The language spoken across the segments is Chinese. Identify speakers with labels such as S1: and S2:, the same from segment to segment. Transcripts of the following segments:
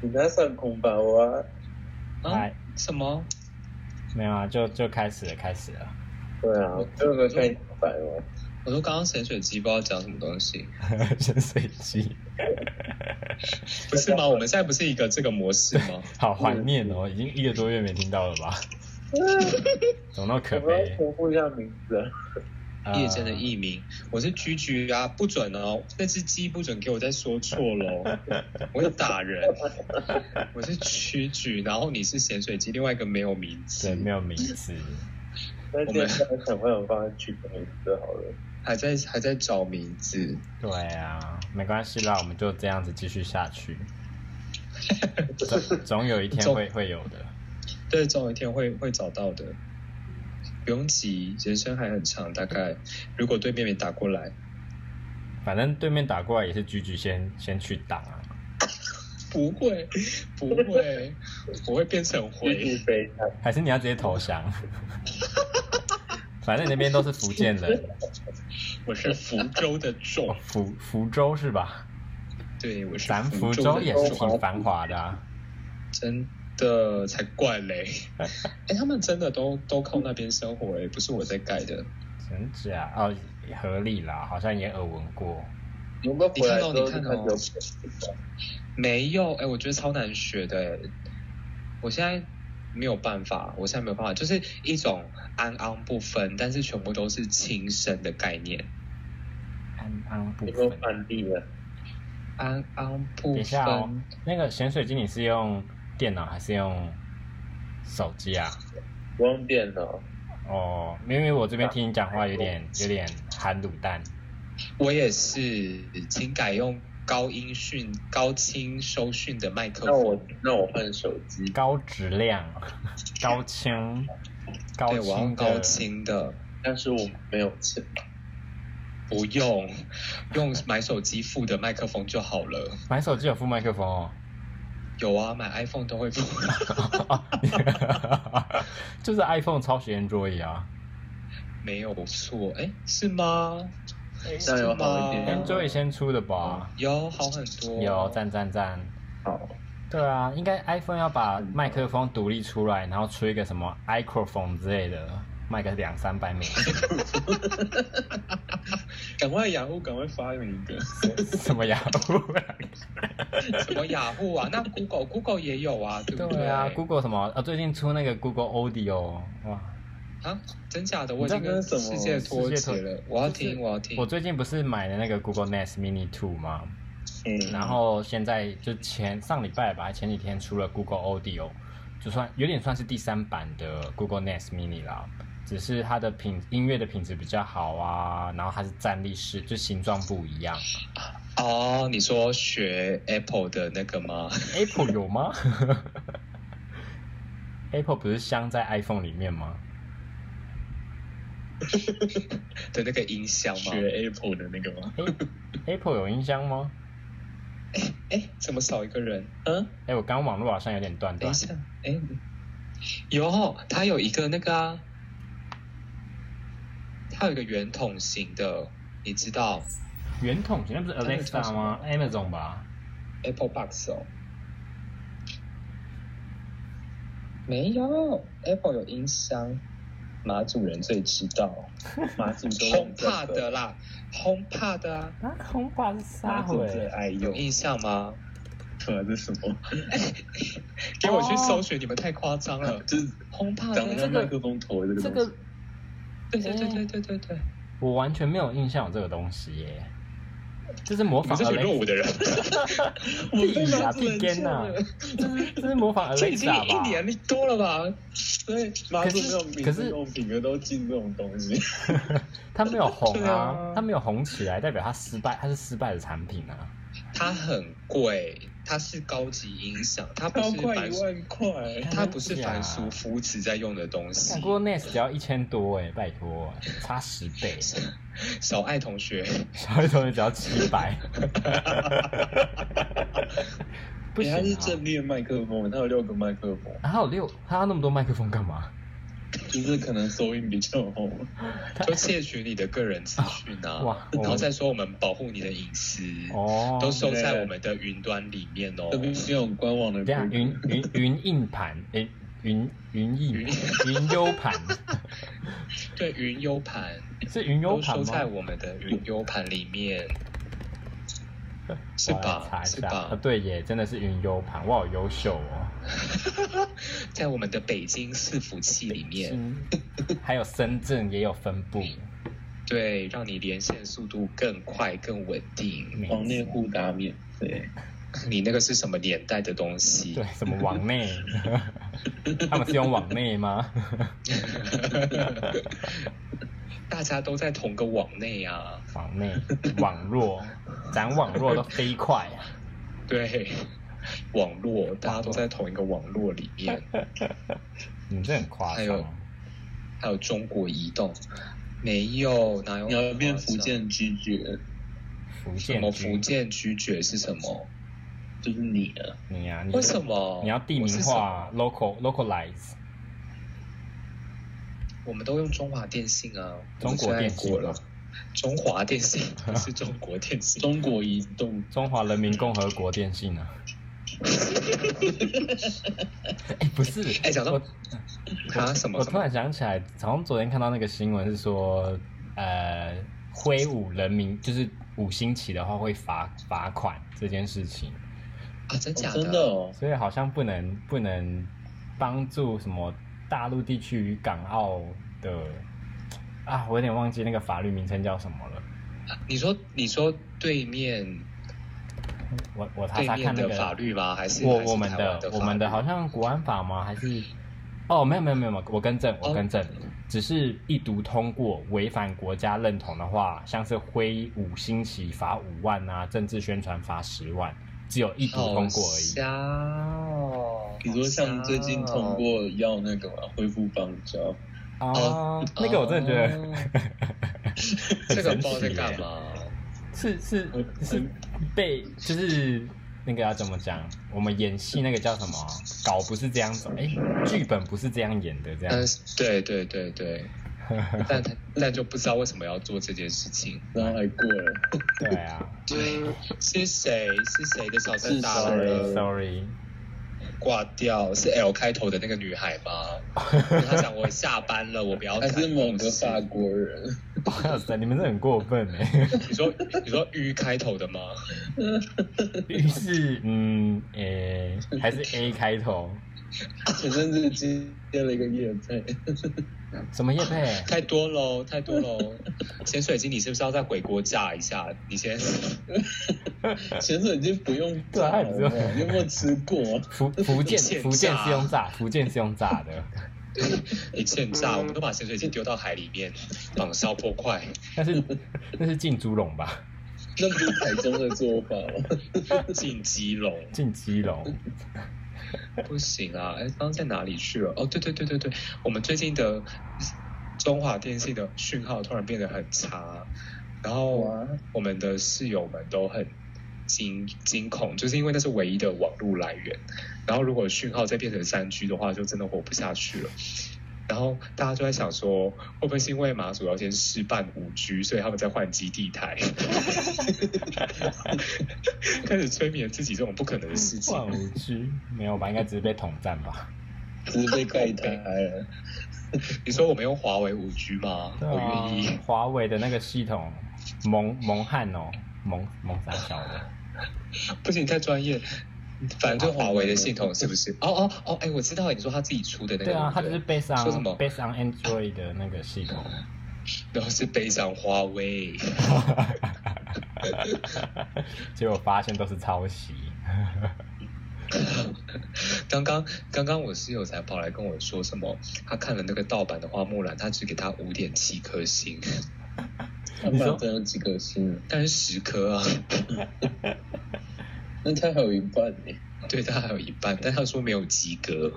S1: 皆さんこんばんは。
S2: 来
S3: 啊，什么？
S2: 没有啊，就就开始了，开始了。
S1: 对啊，这个可以摆吗？
S3: 我说刚刚潜水机不知道讲什么东西，
S2: 潜水机，
S3: 不是吗？我们现在不是一个这个模式吗？
S2: 好怀念哦，已经一个多月没听到了吧？ 怎么那么可
S1: 我们
S2: 悲
S1: 要？重复一下名字啊。
S2: 呃
S3: 夜间的艺名，我是居居啊，不准哦，那只鸡不准给我再说错喽，我会打人。我是居居，然后你是咸水鸡，另外一个没有名字
S2: 对，，没有名字。
S1: 那今天把小朋友帮他取个名字好了。
S3: 还在还在找名字。
S2: 对啊，没关系啦，我们就这样子继续 下去。总总有一天
S3: 总
S2: 会会有的。
S3: 对，总有一天会会找到的，不用急，人生还很长。大概如果对面没打过来，
S2: 反正对面打过来也是狙狙先先去挡啊。
S3: 不会，不会，我会变成
S1: 狙
S3: 灰。
S1: 击飞他，
S2: 还是你要直接投降？ 反正你那边都是福建人，
S3: 我是福州的
S2: 哦
S3: 众，
S2: 福福州是吧？
S3: 对，我是
S2: 咱福
S3: 州
S2: 州
S3: 的
S2: 也
S3: 众
S2: 是挺繁华的、啊，
S3: 真的才怪 嘞！哎、他们真的都都靠那边生活哎、不是我在盖的。
S2: 真假？哦，合理啦，好像也耳闻过。
S1: 你们回来之后就
S3: 你看
S1: 看
S3: 到
S1: 有
S3: 你看到没有哎、我觉得超难学的、欸。我现在没有办法，我现在没有办法，就是一种安安不分，但是全部都是亲生的概念。
S2: 安安不
S1: 有没有
S2: 分。
S1: 反例了？
S3: 安安不
S2: 等一
S3: 分
S2: 下，哦，那个咸水机你是用电脑还是用手机啊？
S1: 我用电脑，
S2: 哦，因为我这边听你讲话有点有点含卤蛋。
S3: 我也是，请改用高音讯、高清收讯的麦克
S1: 那我
S3: 风。
S1: 那我换手机。
S2: 高质量、 高清、高
S3: 对，我要
S2: 清的
S3: 高清的，
S1: 但是我没有钱，
S3: 不用用买手机付的麦克风就好了。
S2: 买手机有副麦克风哦。
S3: 有啊，买 iPhone 都会付。
S2: 就是 iPhone 抄袭 Android 啊
S3: 没有错，哎，是吗？是
S1: 那有好一点
S3: 吗
S2: ，Android 先出的吧？
S3: 有好很多，
S2: 有赞赞赞。
S1: 好，
S2: 对啊，应该 iPhone 要把麦克风独立出来，然后出一个什么 iPhone 之类的，卖个两三百美 金。
S3: 赶快雅虎，赶快发明一个。
S2: 什么呀？啊
S3: 什么雅虎 啊？那 Google Google 也有啊，对不
S2: 对啊
S3: 对
S2: ，Google 什么？啊，最近出那个 Google Audio，哇！
S3: 啊，真假的，我已
S1: 知道
S3: 经跟
S1: 那是什
S3: 世
S1: 么
S3: 界脱
S2: 世界脱
S3: 节了。我要
S2: 就是
S3: 听，我要听
S2: 我。最近不是买了那个 Google Nest Mini Two 吗？
S1: 嗯，
S2: 然后现在就前上礼拜吧，前几天出了 Google Audio，就算有点算是第三版的 Google Nest Mini 啦，只是它的品音乐的品质比较好啊，然后它是站立式，就形状不一样。
S3: 哦，你说学 Apple 的那个吗？
S2: Apple 有吗？Apple 不是镶在 iPhone 里面吗？
S3: 的那个音箱吗？
S1: Apple 的那个吗？
S2: 诶 Apple 有音箱吗？
S3: 哎，怎么少一个人？嗯，
S2: 哎、我刚网络好像有点断
S3: 等
S2: 断
S3: 一。下，哎，有，它有一个那个啊，它有一个圆筒型的，你知道
S2: 圆筒型那不是
S3: 那个叫
S2: Alexa
S3: 什
S2: 吗
S3: 么
S2: ？Amazon 吧？
S3: Apple Box 哦？没有，Apple 有音箱，马主人最知道。
S1: 马祖都用这个
S3: HomePod 啦，HomePod 啊，
S2: 啊，红吧是
S1: 马
S2: 啥
S1: 祖最爱
S3: 有
S1: 用，
S3: 印象吗？
S1: 可是什么？
S3: 给我去搜寻，你们太夸张了。
S1: 就是
S3: 轰趴
S1: 长得
S3: 的啊这
S1: 像
S3: 个
S1: 麦，克风头的这
S2: 这
S1: 个东
S2: 个
S1: 西。
S3: 对对对对对对对，
S2: 我完全没有印象有这个东西耶，这是模
S3: 你
S2: 仿
S3: 们这群落
S2: Alexa
S3: 伍的人，
S2: 屁呀
S3: 我被
S2: 屁
S3: 马祖人
S2: 颠呐
S3: 笑了，
S2: 这是这是模仿
S3: 欸 这已经
S2: Alexa
S3: 一
S2: 吧？
S3: 年多了吧？
S1: 对，马祖没有
S2: 可
S1: 民
S2: 是
S1: 生用品的都进这种东西。
S2: 它没有红
S3: 对
S2: 啊
S3: 啊，
S2: 它没有红起来，代表它失败，它是失败的产品啊。
S3: 它很贵，它是高级音响，它不是凡俗，哎
S1: 万块
S3: 它不是凡俗夫子在用的东西
S2: 看。过 Nest 只要一千多哎，拜托，差十 倍，
S3: 小爱同学，
S2: 小一同学只要七 百，不
S1: 欸
S2: 行
S1: 它是
S2: 啊
S1: 正！面麦克风，它有六个麦克风，
S2: 啊它有六，它要那么多麦克风干嘛？
S1: 就是可能收音比较好。
S2: 哦
S3: 就窃取你的个人资讯啊，
S2: 哇
S3: 然后
S2: 哦
S3: 再说我们保护你的隐私，
S2: 哦，
S3: 都收在
S1: 对
S3: 我们的云端里面哦
S1: 这。边是有官网的
S2: 等一下
S1: 规
S2: 云
S1: 定，
S2: 云云硬盘，诶，云云硬
S3: 云
S2: 云优盘
S3: 对，云 U 盘
S2: 是云优
S3: 都
S2: 盘
S3: 收在
S2: 吗？
S3: 我们的云 U 盘里 面，是
S2: 我来
S3: 吧？
S2: 查一
S3: 是
S2: 下啊，
S3: 吧？
S2: 对耶，真的是云优盘，哇，好优秀哦。
S3: 在我们的北京伺服器里面，
S2: 嗯 还有深圳也有分布，
S3: 对，让你连线速度更快、更稳定。
S1: 网内互打免费，
S3: 你那个是什么年代的东西
S2: 对？，什么网内， 他们是用网 内吗？
S3: 大家都在同个网内啊。
S2: 网内网络，咱网络都飞快啊！
S3: 对，网络大家都在同一个网络里 面，
S2: 你这很夸
S3: 还
S2: 张哦
S3: 有。还有中国移动，没有哪
S2: 哦
S3: 有
S1: 你要变
S3: 夸张
S1: 福？建知觉，
S2: 福
S3: 什
S2: 建
S3: 么
S2: 居
S3: 福建居爵是什么？
S1: 就是你啊，
S2: 你啊，你
S3: 为什么
S2: 你要地
S3: 我是
S2: 名
S3: 什么
S2: 化，local localize
S3: 我们都用中华电信啊，
S2: 中国电信
S3: 我们最爱国了。中华电信 不是中国电信，
S1: 中国移动
S2: 中华人民共和国电信 啊？哎、不是，
S3: 哎讲到
S2: 我
S3: 啊什么
S2: 我
S3: 什
S2: 突
S3: 么
S2: 然想起来，好像昨天看到那个新闻是说，呃，挥舞人民就是五星旗的话会罚罚款这件事情，
S3: 啊？真假
S1: 哦真的哦，
S2: 所以好像不能不能帮助什么大陆地区与港澳的啊，我有点忘记那个法律名称叫什么了。
S3: 啊你说你说对面
S2: 我我查
S3: 对
S2: 查
S3: 面
S2: 看那
S3: 的
S2: 个
S3: 法律吗？还是
S2: 我
S3: 还是
S2: 我们
S3: 台湾
S2: 的
S3: 的
S2: 我们
S3: 法
S2: 的
S3: 律
S2: 好像国安法吗？还是哦，没有没有没有，没有我更正，我更正，
S3: 哦
S2: 只是一读通过违反国家认同的话，像是挥舞星旗罚五万啊，政治宣传罚十万，只有一读
S3: 好
S2: 通过而已。
S3: 瞎哦，
S1: 比如说像最近
S3: 好瞎
S1: 通
S3: 哦
S1: 过要那个嘛恢复邦交，
S2: 哦，那个我真的觉得、
S3: 哦 这
S2: 很
S3: 个
S2: 神
S3: 不知道在
S2: 奇
S3: 干
S2: 耶
S3: 嘛。
S2: 是是
S1: 我
S2: 是被就是那个要怎么讲？我们演戏那个叫什么？稿不是这样子，哎，剧本不是这样演的，这样
S3: 但是呃对对对 对，但他但就不知道为什么要做这件事情。
S1: 然后还过了，
S2: 对啊。
S3: 对，是谁是谁的小三
S1: 是
S3: 打
S1: 谁
S3: 了
S2: Sorry，Sorry，
S3: 挂掉？是 L 开头的那个女孩 吗？她讲我下班了，我不要
S1: 还
S3: 看
S1: 是某
S3: 公
S1: 个
S3: 司
S1: 法国人，
S2: 哇塞，你们这很过分哎！
S3: 你说你说 U 开头的吗？
S2: 于是，嗯，诶、还是 A 开头，
S1: 前阵子接了一个夜配，
S2: 什么叶配？
S3: 太多喽，太多喽！潜水机，你是不是要再回国炸一下？你先，
S1: 潜水已经不用
S2: 对
S1: 炸
S2: 啊
S1: 了，
S2: 不用
S1: 你有没有吃过？
S2: 福福建
S3: 现
S2: 福建
S3: 炸
S2: 是用炸，福建是用炸的，
S3: 你欠炸，我们都把潜水机丢到海里面，绑烧破块。
S2: 那是那是进猪笼吧？
S1: 那不是台中的做法吗？
S3: 进基隆
S2: 进鸡笼，
S3: 不行啊！哎，刚刚在哪里去了？哦，对对对对对，我们最近的中华电信的讯号突然变得很差，然后
S1: 哇，
S3: 我们的室友们都很惊惊恐，就是因为那是唯一的网络来源。然后如果讯号再变成三 G 的话，就真的活不下去了。然后大家就在想说，会不会是因为马祖要先试办五 G，所以他们在换基地台， 开始催眠自己这种不可能的事情。
S2: 万无知没有吧？应该只是被统战吧？
S1: 只是被盖台了，
S3: 你说我们用华为五 G 吗？
S2: 对
S3: 我
S2: 啊
S3: 愿意。，
S2: 华为的那个系统，蒙蒙汉哦，蒙蒙傻小的，
S3: 不行，太专业。反正华为的系统是不是？哦哦哦，哎，我知道，你说他自己出的那个，
S2: 啊对啊，它
S3: 不
S2: 就是 based
S3: 说什
S2: on
S3: 么
S2: based on Android 的那个系统。
S3: 然后是背上华为，
S2: 结果发现都是抄袭。
S3: 刚刚刚刚我室友才跑来跟我说什么，他看了那个盗版的花木兰，他只给他五点七颗星，
S1: 他妈真有几颗星？
S3: 但是十颗啊，
S1: 那他还有一半呢。
S3: 对他还有一半，但他说没有及格，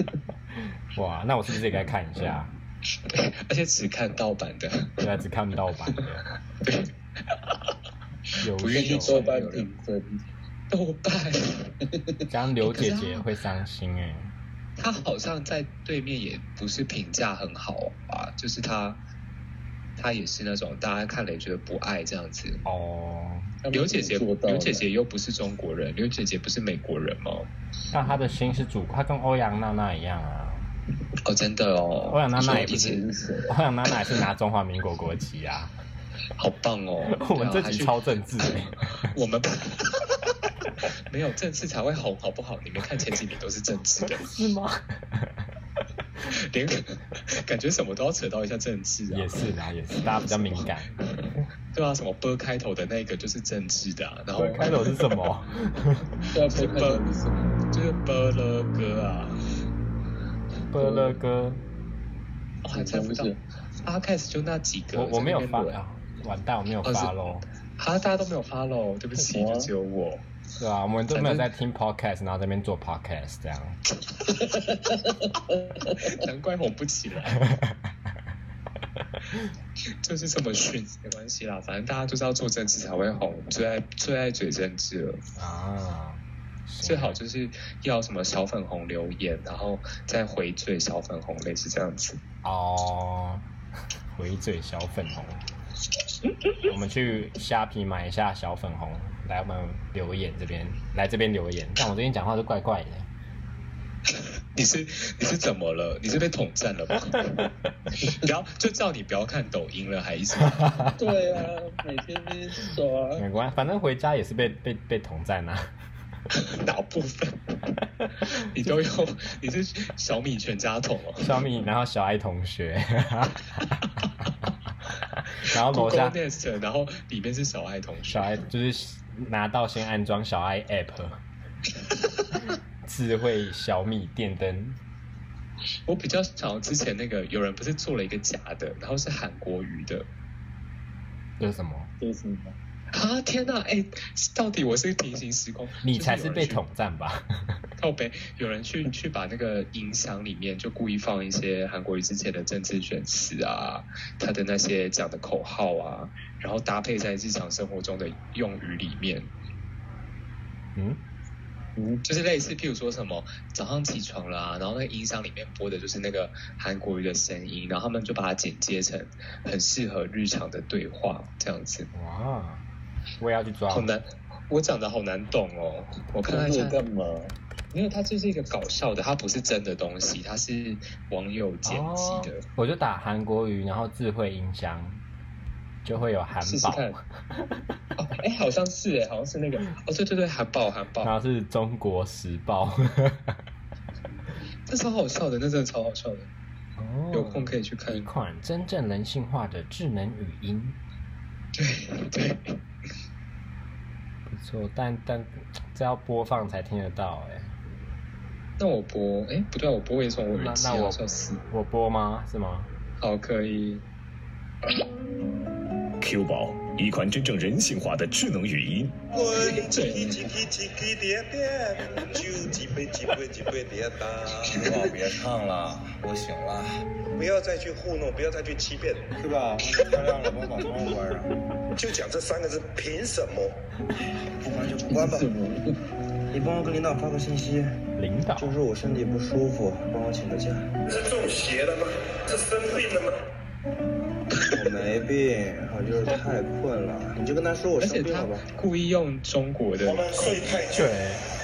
S2: 哇，那我是不是也该看一下？
S3: 对，而且只看盗版的，
S2: 对啊，只看盗版的。优
S3: 不
S1: 可
S3: 愿
S1: 以去
S3: 意
S1: 豆
S2: 秀，
S1: 瓣评分，
S3: 豆瓣，
S2: 哦这样刘姐姐会伤心哎、
S3: 他好像在对面也不是评价很好啊，就是他他也是那种大家看了也觉得不爱这样子。
S2: 哦，
S3: 刘姐姐，
S1: 做到
S3: 刘姐姐
S1: 了
S3: 又不是中国人，刘姐姐不是美国人吗？
S2: 那他的心是主，他跟欧阳娜娜一样啊。
S3: 哦，真的哦，
S2: 欧阳娜娜也不
S3: 以前
S2: 是，欧阳娜娜也是拿中华民国国籍啊。！
S3: 好棒哦
S2: 我们这
S3: 对啊
S2: 集，超政治、欸，
S3: 还去我们 没有政治才会红，好不好？你没看前几名都是政治 的，
S2: 是吗？
S3: 连感觉什么都要扯到一下政治啊
S2: 也。是啦，也是，大家比较敏感。
S3: 对啊，什么波开头的那个就是政治的、啊，然后
S2: 开头是什么？
S1: 要不看到你什么？
S3: 就是波勒哥啊，
S2: 波乐哥，
S3: 我、
S2: 嗯
S3: 还哦猜不到
S1: 什么。
S3: 阿开始就那几个，
S2: 我我没有
S3: 在那
S2: 发
S3: 边轮，
S2: 啊，完蛋，我没有发喽。
S3: 啊，大家都没有发喽，对不起，
S1: 哇
S3: 就只有我。
S2: 对啊，我们都没有在听 podcast，然后在那边做 podcast 这样。
S3: 难怪红不起来。 就是这么逊，没关系啦，反正大家就是要做政治才会红，最爱最爱嘴政治了。
S2: 啊，
S3: 最好就是要什么小粉红留言，然后再回嘴小粉红，类似这样子。
S2: 哦，回嘴小粉 红。我们去虾皮买一下小粉红，来我们留言这边，来这边留言。但我最近讲话都怪怪的，
S3: 你是 你是怎么了？你是被统战了吗？不要就叫你不要看抖音了，还一直
S1: 对啊，每天那边刷。
S3: 呃
S2: 没关系，反正回家也是被被被统战 啊。
S3: 哪部分？ 你都有你是小米全家桶哦。
S2: 小米，然后小爱同 学，然后楼
S3: Google
S2: 下
S3: Nest，然后里面是小爱同学
S2: 小。爱就是拿到先安装小 爱 app，智慧小米电灯。
S3: 我比较想要之前那个有人不是做了一个假的，然后是韩国语的。
S2: 这是什么？
S1: 这是什么？
S3: 啊天呐，哎、到底我是平行时空？
S2: 你才是被
S3: 捅。
S2: 统战吧？
S3: 靠北，有人去去把那个音箱里面就故意放一些韩国瑜之前的政治选词啊，他的那些讲的口号啊，然后搭配在日常生活中的用语里面，
S2: 嗯，
S1: 嗯，
S3: 就是类似譬如说什么早上起床啦、然后那个音箱里面播的就是那个韩国瑜的声音，然后他们就把它剪接成很适合日常的对话这样子，
S2: 哇，我也要去抓。
S3: 好难。我讲的好难懂哦，我看
S1: 看
S3: 了一下
S1: 这，干嘛？
S3: 没有，它就是一个搞笑的，它不是真的东西，它是网友剪辑
S2: 哦
S3: 的。，
S2: 我就打韩国语，然后智慧音箱，就会有韩
S3: 试试
S2: 宝，
S3: 看。哦，哎、好像是哎，好像是 那个哦，对对对，韩报韩
S2: 然
S3: 报，
S2: 后是中国时报。
S3: 那超好笑的，那真的超好笑的，
S2: 哦
S3: 有空可以去看
S2: 一。款真正人性化的智能语音，哦
S3: 对对，
S2: 不错，但但这要播放才听得到哎、
S3: 那我播，哎、不对啊，我播也从我耳机
S2: 那那我
S3: 好像是，
S2: 我播吗？是吗？
S3: 好哦可以。
S4: Q 宝，一款真正人性化的智能语音，
S5: 滚叽叽叽叽叽点点，就几杯几杯几杯点打。
S6: Q 宝别唱了，我醒了。
S5: 不要再去糊弄，不要再去欺骗，
S6: Q 宝，漂亮了，把广告关上。
S5: 就讲这三个字，凭什么？
S6: 不关就不关吧。你帮我跟领导发个信息，
S2: 领导
S6: 就是我身体不舒服，帮我请个假。
S5: 是中邪了吗？是生病了吗？
S6: 我没病，我就是太困了。你就跟他说我
S3: 而且
S6: 生病
S3: 他
S6: 了吧。
S3: 故意用中国的
S5: 我，们睡太久，
S2: 对，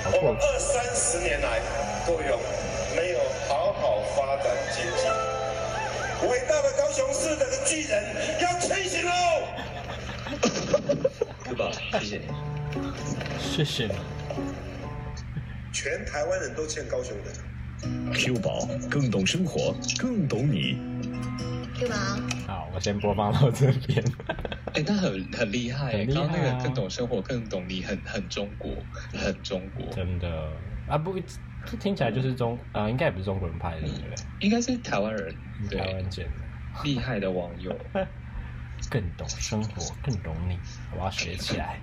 S2: 好
S5: 我
S2: 过
S5: 们二三十年来都有没有好好发展经济。伟大的高雄市的巨人要清醒喽！
S3: 对吧？
S6: 谢谢你。
S2: 谢谢你。
S5: 全台湾人都欠高雄人。
S4: Q 宝更懂生活，更懂你。
S7: Q 宝，
S2: 好，我先播放到这边。
S3: 哎、那很很厉害欸，
S2: 很厉
S3: 刚刚那
S2: 害啊
S3: 个更懂生活，更懂你，很很中国，很中国，
S2: 真的啊，不，这听起来就是中啊、应该也不是中国人拍的，对不对？
S3: 应该是台湾人，对，
S2: 嗯台湾剪的，
S3: 厉害的网 友，
S2: 更懂生活，更懂你，我要学起来。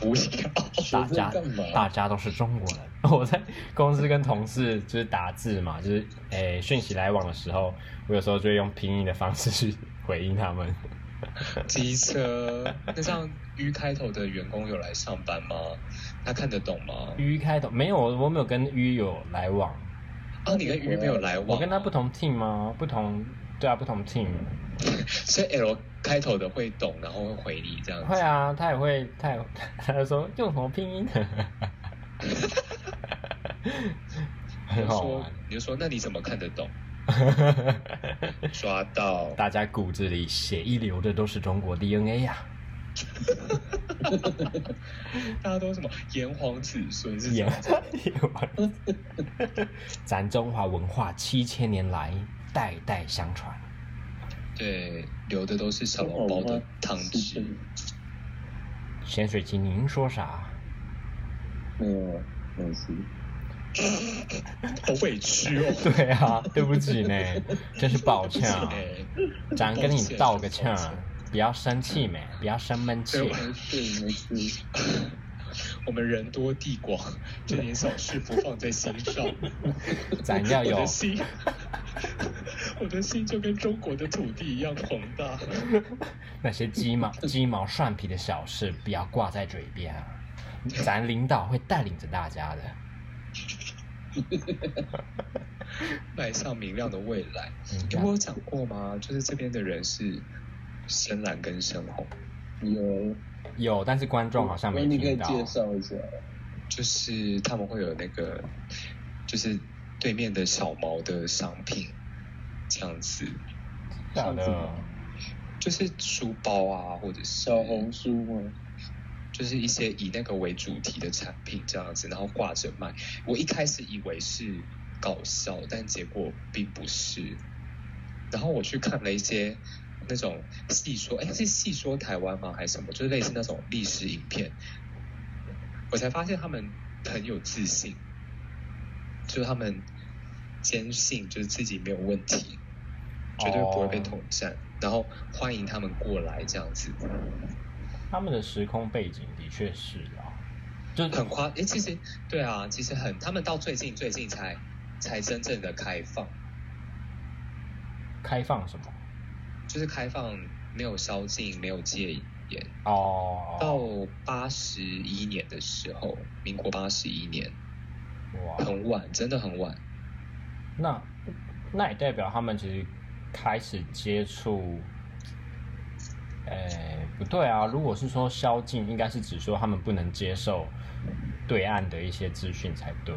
S3: 不要。
S2: 大家
S1: 干嘛
S2: 大家都是中国人。 我在公司跟同事就是打字嘛，就是诶讯息来往的时候，我有时候就会用拼音的方式去回应他们。
S3: 机车，那像 U 开头的员工有来上班吗？他看得懂吗？
S2: 鱼开头没有，我没有跟鱼有来往。
S3: 哦，你跟鱼没有来往，
S2: 我跟他不，同 team 吗？不同，对啊，不同 team。
S3: 所以 L 开头的会懂，然后会回你这
S1: 嗯
S3: 样子。
S2: 会啊，他也会， 他也他就说用什么 拼音？
S3: 你
S2: 很
S3: 就
S2: 好
S3: 说
S2: 玩，
S3: 你就说，那你怎么看得懂？抓到，
S2: 大家骨子里血一流的都是中国 DNA 呀、
S3: 大家都什么炎黄子孙是
S2: 演
S3: 什么？
S2: 完，咱中华文化七千年来代代相传。
S3: 对，流的都是小笼包的汤汁。
S2: 咸水鸡，您说啥？
S1: 没有，没事。
S3: 好委屈哦。
S2: 对啊，对不起呢，真是抱歉 啊，
S3: 对，
S2: 咱跟你道个歉，啊不要生气没，不要生闷气
S3: 对，。我们人多地广，这点小事不放在心上。
S2: 咱要
S3: 我
S2: 有
S3: 的心， 我的心就跟中国的土地一样宏大。
S2: 那些鸡毛鸡毛蒜皮的小事，不要挂在嘴边啊。咱领导会带领着大家的。
S3: 迈向明亮的未来。
S2: 嗯
S3: 诶我有讲过吗？就是这边的人是深蓝跟深红，
S1: 有，
S2: 有，但是观众好像没
S1: 那你可以
S2: 听到。
S1: 介绍一下。
S3: 就是他们会有那个，就是对面的小毛的商品这样子，
S2: 好的，
S3: 就是书包啊，或者是
S1: 小红，书吗？
S3: 就是一些以那个为主题的产品这样子，然后挂着卖。我一开始以为是搞笑，但结果并不是。然后我去看了一些那种戏说，哎，是戏说台湾吗？还是什么？就是类似那种历史影片，我才发现他们很有自信，就是他们坚信就是自己没有问题，绝对不会被统战，然后欢迎他们过来这样子，
S2: 他们的时空背景的确是啊，就
S3: 很夸。哎，其实对啊，其实很，他们到最近最近才才真正的开放，
S2: 开放什么
S3: 嗯就是开放没有宵禁，没有戒严。到
S2: 哦，
S3: 八十一年的时候，民国八十一年，
S2: 哇，
S3: 很晚，真的很晚。
S2: 那那也代表他们其实开始接触，呃，不对啊，如果是说宵禁，应该是指说他们不能接受对岸的一些资讯才对。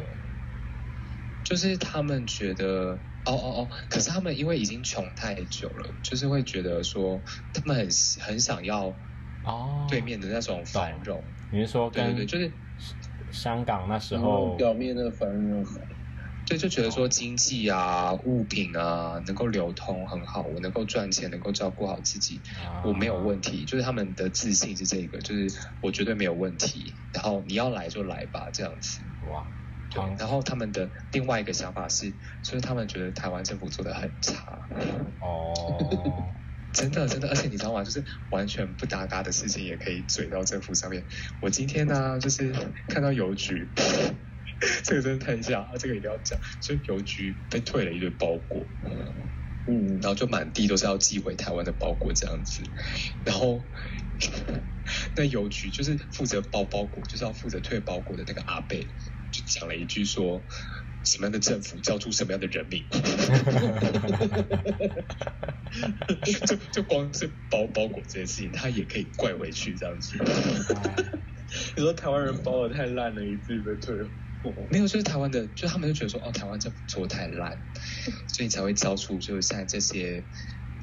S3: 就是他们觉得，哦哦哦，可是他们因为已经穷太久了，就是会觉得说，他们很很想要
S2: 哦
S3: 对，面的那种繁荣，
S2: 你是说
S3: 对对
S2: 跟
S3: 对，就是嗯
S2: 香港那时
S1: 然
S2: 候
S1: 后表面的繁荣，
S3: 对，就觉得说经济啊、物品啊能够流通很好，我能够赚钱，能够照顾好自己，
S2: 啊
S3: 我没有问题，就是他们的自信是这个，就是我绝对没有问题，然后你要来就来吧，这样子。
S2: 哇，
S3: 对
S2: 好，
S3: 然后他们的另外一个想法是，就是他们觉得台湾政府做的很差，
S2: 哦，
S3: 真的真的，而且你知道吗？就是完全不搭嘎的事情也可以嘴到政府上面。我今天呢、就是看到邮局， 这个真的太像，啊这个一定要讲，就邮局被退了一堆包裹，
S1: 嗯
S3: 然，后就满地都是要寄回台湾的包裹这样子，然后 那邮局就是负责包包裹，就是要负责退包裹的那个阿贝，就讲了一句说。什么样的政府教出什么样的人民， 就就光是包包裹这件事情，他也可以怪回去这样子。
S1: 你说台湾人包的太烂了，以至于被退货。
S3: 没有，就是台湾的，就他们就觉得说，哦，台湾政府做得太烂，所以才会教出就是现在这些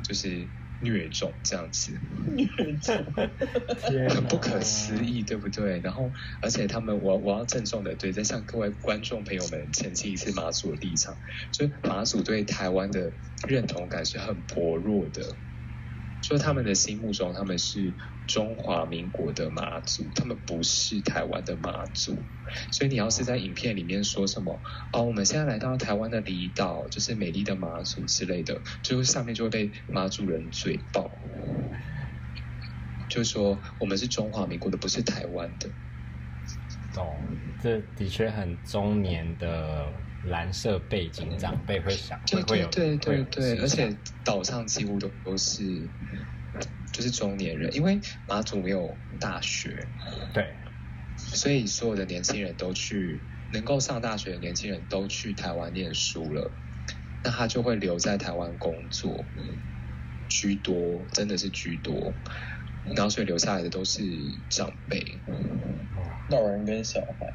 S3: 就是虐种这样子。
S2: 天
S3: 很 不
S2: 哪
S3: 可思议，对不对？然后，而且他们，我我要郑重的对，再向各位观众朋友们澄清一次马祖的立场，就是马祖对台湾的认同感是很薄弱的，就是他们的心目中他们是中华民国的马祖，他们不是台湾的马祖。所以你要是在影片里面说什么哦，我们现在来到台湾的离岛，就是美丽的马祖之类的，就是上面就会被马祖人嘴爆。就说我们是中华民国的，不是台湾的。
S2: 懂，这的确很中年的蓝色背景长辈会想，
S3: 对
S2: 会
S3: 对
S2: 有
S3: 对
S2: 会
S3: 对
S2: 有
S3: 对，
S2: 思
S3: 而且
S2: 想
S3: 岛上几乎都都是就是中年人，因为马祖没有大学，
S2: 对
S3: 所以所有的年轻人都去能够上大学的年轻人都去台湾念书了，那他就会留在台湾工作居多，真的是居多。然后所以留下来的都是长辈，
S1: 老人跟小孩，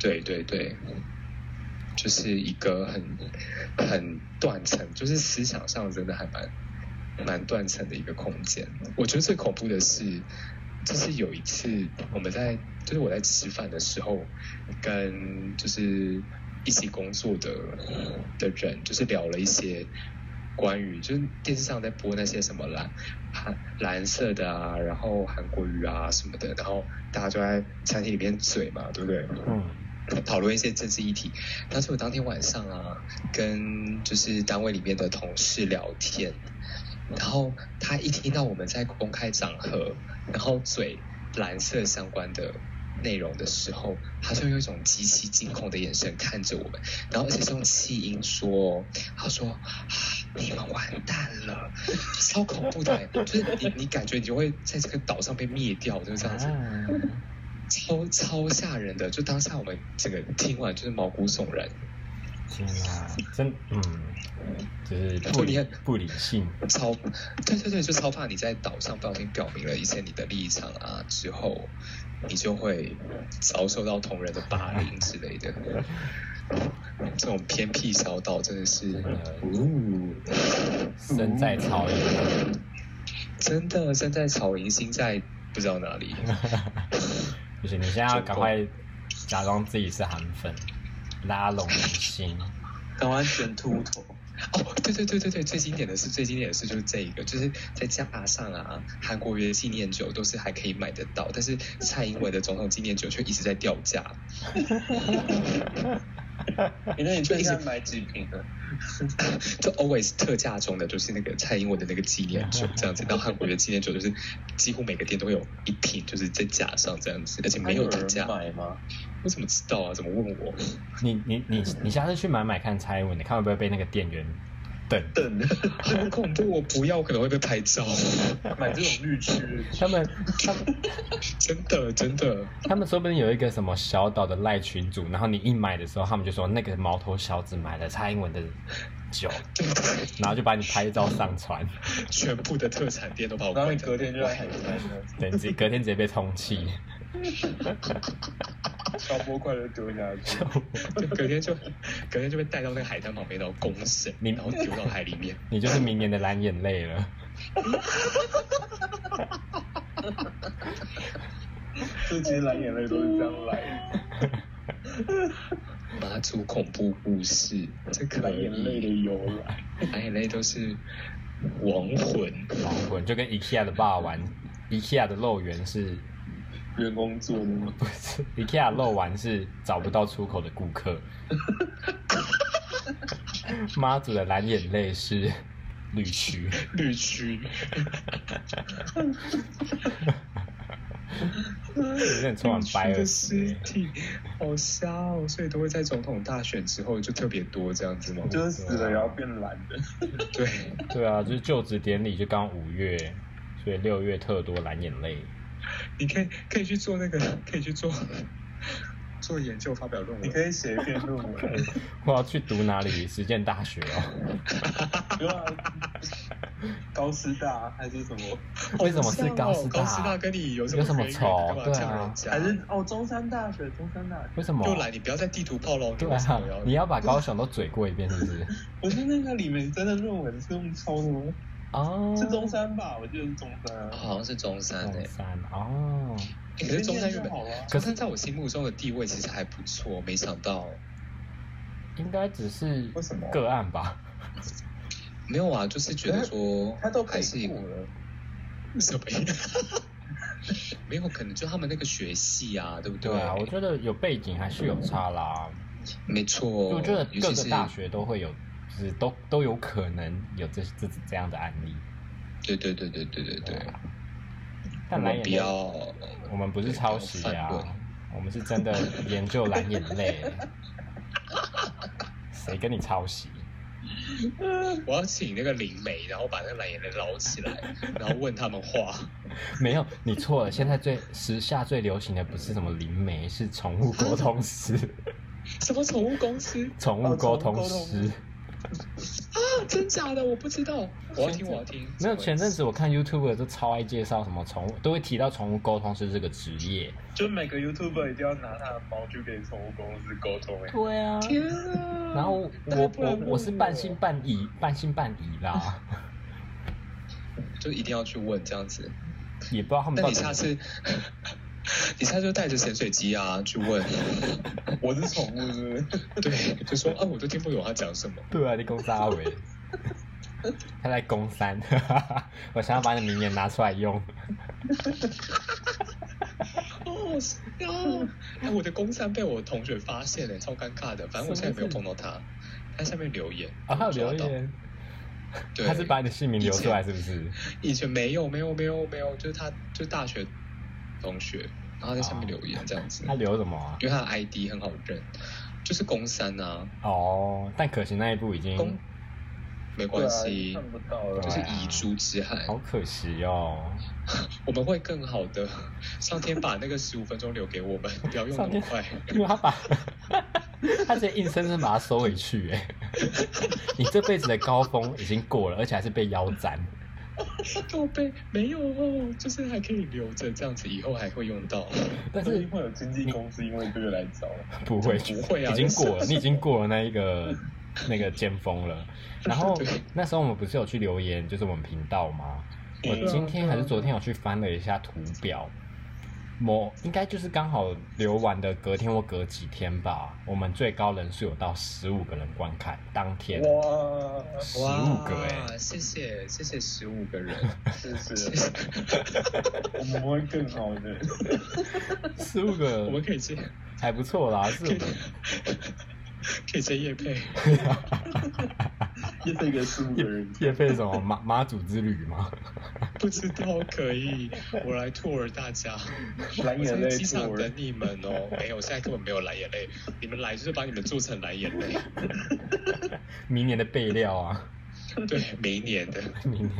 S3: 对对对，就是一个很很断层，就是思想上真的还蛮蛮断层的一个空间。我觉得最恐怖的是，就是有一次我们在，就是我在吃饭的时候，跟就是一起工作的的人，就是聊了一些。关于就是电视上在播那些什么蓝韩蓝色的啊，然后韩国语啊什么的，然后大家就在餐厅里面嘴嘛，对不对？
S2: 嗯，
S3: 讨论一些政治议题。但是我当天晚上啊，跟就是单位里面的同事聊天，然后他一听到我们在公开场合，然后嘴蓝色相关的内容的时候，他就用一种极其惊恐的眼神看着我们，然后而且是用气音说哦，他说、啊、你们完蛋了， 超恐怖的欸、就是你你感觉你就会在这个岛上被灭掉，就是这样子。
S2: 啊
S3: 超超吓人的，就当下我们整个听完就是毛骨悚然，
S2: 天啊，真嗯，就是不
S3: 就你
S2: 理
S3: 看
S2: 不理性，
S3: 超，对对对，就超怕你在岛上不小心表明了一些你的立场啊，之后你就会遭受到同人的霸凌之类的。这种偏僻小岛真的是，呃呜、
S2: 身在草原。
S3: 真的身在草林，心在不知道哪里。
S2: 不行，你现在要赶快假装自己是韩粉，拉拢人心。
S6: 刚完卷秃头，
S3: 哦，对对对对对，最经典的是最经典的是就是这一个，就是在架上啊，韩国瑜的纪念酒都是还可以买得到，但是蔡英文的总统纪念酒却一直在掉价。
S6: 你那你
S3: 就一直
S6: 买几瓶的？
S3: 就 always 特价中的就是那个蔡英文的那个纪念酒这样子，然后韩国瑜的纪念酒就是几乎每个店都会有一瓶，就是在架上这样子，而且没有特价。
S6: 买吗？
S3: 我怎么知道啊？怎么问我？
S2: 你你你你下次去买买看蔡英文，你看会不会被那个店员瞪？
S1: 等
S3: 好恐怖！我不要，我可能会被拍照。
S6: 买这种绿区
S2: 他们他们
S3: 真的真的，
S2: 他们说不定有一个什么小岛的赖群主，然后你一买的时候，他们就说那个毛头小子买了蔡英文的酒，然后就把你拍照上传，
S3: 全部的特产店都把我
S6: 然后
S3: 关
S6: 你
S3: 掉
S6: 隔。天就在海滩上，
S2: 对，你直隔天直接被通气。
S6: 超波快乐丢下去。
S3: 就隔天就隔天就被带到那个海滩旁边，然后公审，
S2: 你
S3: 然后丢到海里面。
S2: 你就是明年的蓝眼泪了。
S6: 这些蓝眼泪都是这样来的，
S3: 马祖恐怖故事，这可
S6: 蓝
S3: 以
S6: 眼泪的，由来。
S3: 蓝眼泪都是亡魂。
S2: 亡魂就跟 IKEA 的霸王，IKEA 的肉圆是
S1: 员工做的 吗？
S2: 不是 IKEA 肉丸是找不到出口的顾客。妈祖的蓝眼泪是绿区，
S3: 绿区，
S2: 真的充满白
S3: 绿
S2: 耳
S3: 区的尸
S2: 屎。
S3: 体，好瞎哦！所以都会在总统大选之后就特别多这样子吗？
S6: 就是死了也要变蓝的，
S3: 对，
S2: 对啊，就是就职典礼就刚五月，所以六月特多蓝眼泪。
S3: 你可以可以去做那个， 可以去做做研究发表论
S6: 你
S3: 文。
S6: 可以写一篇论文。
S2: 我要去读哪里？实践大学哦。
S6: 对啊，高师大还是什么？
S2: 为什么是高师
S3: 哦高师大
S2: 大？啊
S3: 跟你有什
S2: 有什么
S3: 渊源你
S2: 仇
S3: 干嘛
S2: 对啊
S3: 叫人家
S6: 还是哦，中山大学，中山大学
S2: 为什么？
S3: 又来，你不要在地图炮了。
S2: 哦对
S3: 为什
S2: 啊
S3: 么要，
S2: 你要把高雄都嘴过一遍是不是？
S6: 不是那个里面真的论文是用抄的吗？
S2: 哦，
S6: 是中山吧？我记得是中山啊。
S3: 好像是中山诶、
S2: 中山哦，
S3: 欸可是中山原
S6: 就
S3: 本，
S6: 好啊了。
S3: 可是在我心目中的地位其实还不错，没想到
S2: 应该只是
S6: 为什么
S2: 个案吧？
S3: 没有啊，就是觉得说
S6: 他都
S3: 还
S6: 北
S3: 是一个
S6: 部了，
S3: 什么呀？ 没有，可能就他们那个学系啊，对不
S2: 对啊，我觉得有背景还是有差啦。
S3: 没错，
S2: 我觉得
S3: 哦尤
S2: 各
S3: 其是
S2: 个大学都会有，就是都都有可能有这这这样的案例。
S3: 对对对对对对对，
S2: 啊
S3: 我
S2: 但蓝
S3: 们
S2: 眼
S3: 不
S2: 泪，
S3: 要
S2: 我们不是抄袭啊
S3: 反论，
S2: 我们是 真的研究蓝眼泪。谁跟你抄袭？
S3: 我要请那个灵媒，然后把那个懒眼人捞起来，然后问他们 话。
S2: 没有，你错了。现在最时下最流行的不是什么灵媒，是宠物沟通师。
S3: 什么宠物公司哦
S2: 宠物沟通师。
S3: 啊？真假的？我不知道。我要听，我要听。
S2: 没有，前阵子我看 YouTube 都超爱介绍什么宠物，都会提到宠物沟通师这个职业。
S1: 就每个 YouTuber 一定要拿他的猫去给宠物公司沟通哎、
S2: 对啊。
S3: 天啊！
S2: 然后
S3: 大
S2: 我
S3: 不
S2: 我
S3: 然
S2: 我是
S3: 问
S2: 半信半疑，半信半疑啦，
S3: 就一定要去问这样子。
S2: 也不知道他们
S3: 那
S2: 到
S3: 你
S2: 底
S3: 下次，你下次就带着潜水机啊去 问。
S1: 我是宠物是不是？
S3: 对，就说啊，我都听不懂他讲什么。
S2: 对啊，你攻三 维，他在攻三， 我想要把你的名言拿出来用。
S3: 哦，是啊！哎，我的公三被我同学发现了，超尴尬的。反正我现在没有碰到他，他下面留言
S2: 啊，他有
S3: 抓
S2: 留
S3: 到
S2: 言，
S3: 对，
S2: 他是把你的姓名留出来是不是？
S3: 以前没有没有没有没有，就是他就是大学同学，然后在下
S2: 哦
S3: 面留言这样子，
S2: 他留什么啊？
S3: 因为他的 ID 很好认，就是公三啊，
S2: 哦，但可惜那一步已经
S3: 公没关系，
S6: 啊
S2: 啊
S1: 看不到了
S3: 就。是遗珠之憾。
S2: 好可惜哦。
S3: 我们会更好的， 上天把那个十五分钟留给我们， 不要用那
S2: 上
S3: 么
S2: 天
S3: 快。
S2: 因为他把，他直接硬生生把它收回去，哎，你这辈子的高峰已经过了，而且还是被腰斩。
S3: 宝贝，没有哦，就是还可以留着，这样子以后还会用到。
S2: 但
S1: 所以
S2: 是
S1: 会有经纪公司因为这个来找，
S2: 不会，
S3: 不会啊
S2: 已经过
S3: 就
S2: 了，
S3: 是
S2: 你已经过了那一个那个尖峰了。然后
S3: 对
S2: 那时候我们不是有去留言，就是我们频道吗？我今天还是昨天有去翻了一下图表，某应该就是刚好留完的隔天或隔几天吧，我们最高人数有到十五个人观看，当天
S1: 哇，
S2: 十五个哎、
S3: 哇谢谢谢谢十五个人，
S1: 是不是？我们会更好的。
S2: 十五
S3: 我们
S2: 个
S3: 可以接
S2: 还不错啦，是我 们
S3: 可以接叶配。
S1: 又是一个十五个人，
S2: 叶费什么马马祖之旅吗？
S3: 不知道可以，我来 tour 大家。
S1: 蓝眼
S3: 我在
S1: 泪
S3: 机场
S1: tour
S3: 等你们哦。没有，现在根本没有蓝眼泪，你们来就是把你们做成蓝眼 泪。
S2: 明年的备料啊，
S3: 对，每一年的
S2: 明年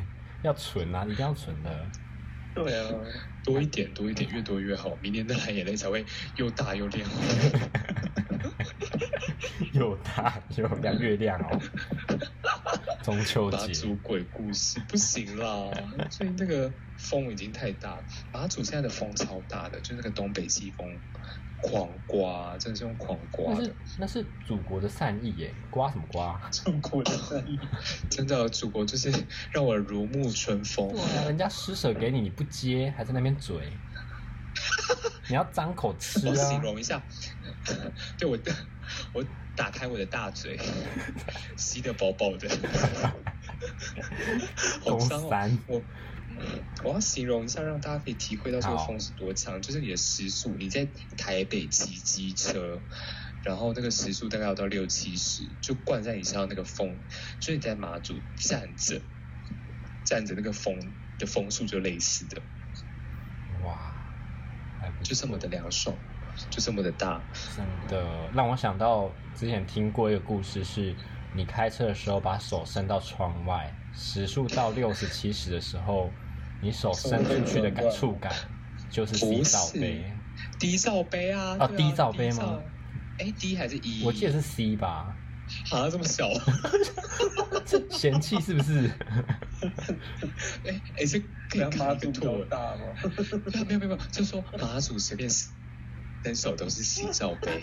S2: 要存啊，一定要存的。
S1: 对啊，
S3: 多一点，多一点，越多越好。明年的蓝眼泪才会又大又 亮。
S2: 又大又亮，月亮 哦。中秋
S3: 马
S2: 节
S3: 祖鬼故事不行 啦，最近那个风已经太大了。马祖现在的风超大的，就是那个东北季风狂刮，真的是用狂刮
S2: 那
S3: 的
S2: 是。那是祖国的善意耶，刮什么刮？
S1: 中国的善意，
S3: 真的，祖国就是让我如沐春风。
S2: 对啊，人家施舍给你，你不接，还在那 边嘴，你要张口吃
S3: 我形
S2: 啊！
S3: 容一下，对我，我打开我的大 嘴，吸得饱饱的，好
S2: 公
S3: 脏哦！
S2: 三
S3: 我我要形容一下，让大家可以体会到这个
S2: 好
S3: 风是多强，就是你的时速，你在台北骑机车。然后那个时速大概要到六七十，就灌在你身上那个风，所以你在马祖站着，站着那个风的风速就类似的，
S2: 哇，还不
S3: 就这么的凉爽，就这么的大，
S2: 真的让我想到之前听过一个故事是，你开车的时候把手伸到窗外，时速到六十七十的时候，你手伸出去的感触感就是
S3: 不
S2: 低
S3: 是
S2: 罩杯。
S3: 低罩杯啊，
S2: 啊
S3: 对
S2: 低罩杯吗？
S3: 哎，D 还是 E？
S2: 我记得是 C 吧，
S3: 好像这么小，
S2: 嫌弃是不是？
S3: 哎哎， 这可以
S1: 然后妈
S3: 看一
S1: 祖比
S3: 个
S1: 较
S3: 吐
S1: 大嘛，
S3: 没有没有没有， 就说马祖随便伸手都是 C 罩 杯，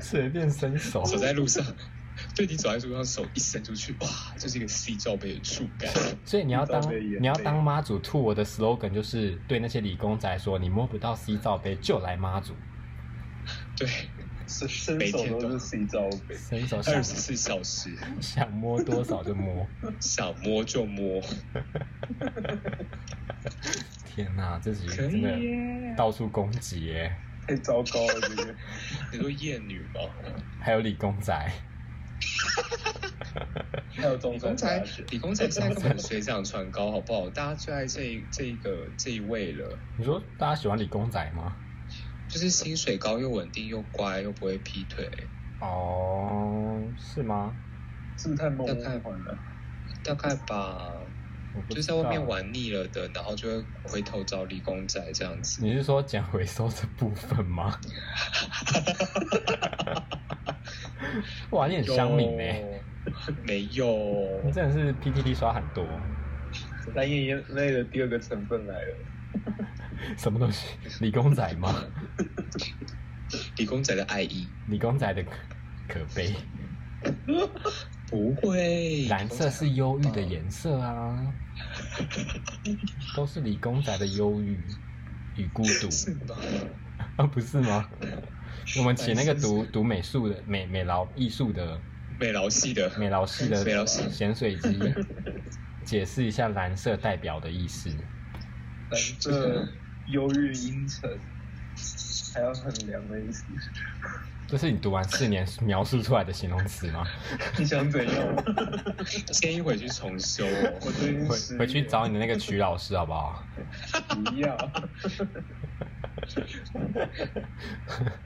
S2: 随便伸手，
S3: 走在路上， 对你走在路上手一伸出去，哇，这是一个 C 罩杯的触 感，
S2: 所以你要当
S1: 罩杯也
S2: 你要当妈祖兔，我的 slogan 就是对那些理工仔说，你摸不到 C 罩杯就来妈祖，
S3: 对，
S1: 伸伸手都是 C 罩杯，
S2: 伸手
S3: 二
S2: 想
S3: 十四小时
S2: 想摸多少就摸。
S3: 想摸就摸，
S2: 天哪、这集
S3: 可以啊
S2: 真的到处攻击耶，
S1: 太糟糕了这个。
S3: 你说厌女吗？
S2: 还有理工仔，
S1: 还有中
S3: 理
S1: 山
S3: 工
S1: 大
S3: 仔
S1: 学，，
S3: 理工仔现在根本水涨船高，好不好？大家最爱这一这一个这一位了。
S2: 你说大家喜欢理工仔吗？
S3: 就是薪水高又稳定又乖又不会劈腿，
S2: 哦，是吗？
S1: 是不是太梦幻了？
S3: 大概吧，
S2: 我不
S3: 就
S2: 知
S3: 在外面
S2: 道。
S3: 玩腻了的，然后就会回头找理工仔这样子。
S2: 你是说讲回收的部分 吗？哇，你很乡民欸呢、
S3: 没有，
S2: 你真的是 PTT 刷很多，
S1: 蓝眼眼泪的第二个成分来了，
S2: 什么东西？理工仔吗？
S3: 理工仔的爱意
S2: 理工仔的可可悲，
S3: 不会。
S2: 蓝色是忧郁的颜色啊，都是理工仔的忧郁与孤独。
S3: 是吧？
S2: 啊，不是 吗？我们请那个
S3: 白色
S2: 读读美术的美美劳艺术的
S3: 美劳系的，
S2: 美劳系的
S3: 哎美劳系
S2: 咸 水鸡解释一下蓝色代表的意思。
S1: 蓝色忧郁阴沉，还要很凉的意思。
S2: 这是你读完四年描述出来的形容词 吗？
S1: 你想怎样？
S3: 建议回去重修
S1: 我
S3: 哦。
S1: 最近失
S2: 回
S1: 业
S2: 回去找你的那个曲老师好不好？
S1: 不要，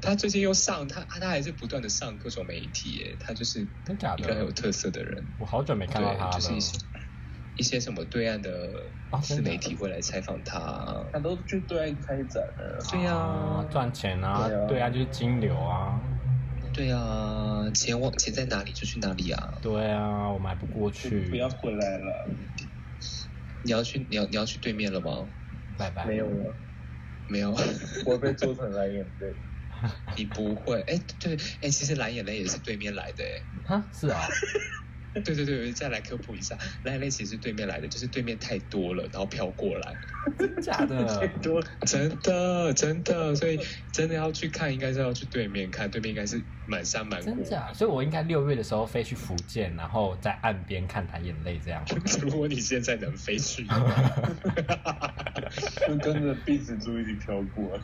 S3: 他最近又上，他他还是不断的上各种媒体耶，他就是
S2: 真假
S3: 一个很有
S2: 的？
S3: 特色的人。
S2: 我好久没看到他
S3: 对，
S2: 了。
S3: 就是一些一些什么对岸的
S2: 啊真
S3: 自
S2: 的
S3: 媒体会来采访他。啊
S1: 他都去对外开展了。
S3: 对
S2: 啊
S3: 呀，，
S2: 赚钱啊
S1: 对啊，
S2: 对啊，就是金流啊，
S3: 对呀，钱往钱在哪里就去哪里啊！
S2: 对啊，我买不过
S1: 不
S2: 去
S1: 要，回来了，
S3: 你要去你要你要去对面了吗？
S2: 拜拜。
S1: 没有了，
S3: 没有，
S1: 我被做成蓝眼泪。
S3: 你不会。哎，对，哎，其实蓝眼泪也是对面来的，哎。
S2: 哈，是啊，
S3: 对对对，再来科普一下，蓝眼泪其实是对面来的，就是对面太多了，然后飘过来，
S2: 真假的？
S1: 多
S3: 真的真的，所以真的要去看，应该是要去对面看，对面应该是满山满谷
S2: 真。假？所以我应该六月的时候飞去福建，然后在岸边看他眼泪 这样。
S3: 如果你现在能飞去，你
S1: 就跟着壁纸猪一起飘过。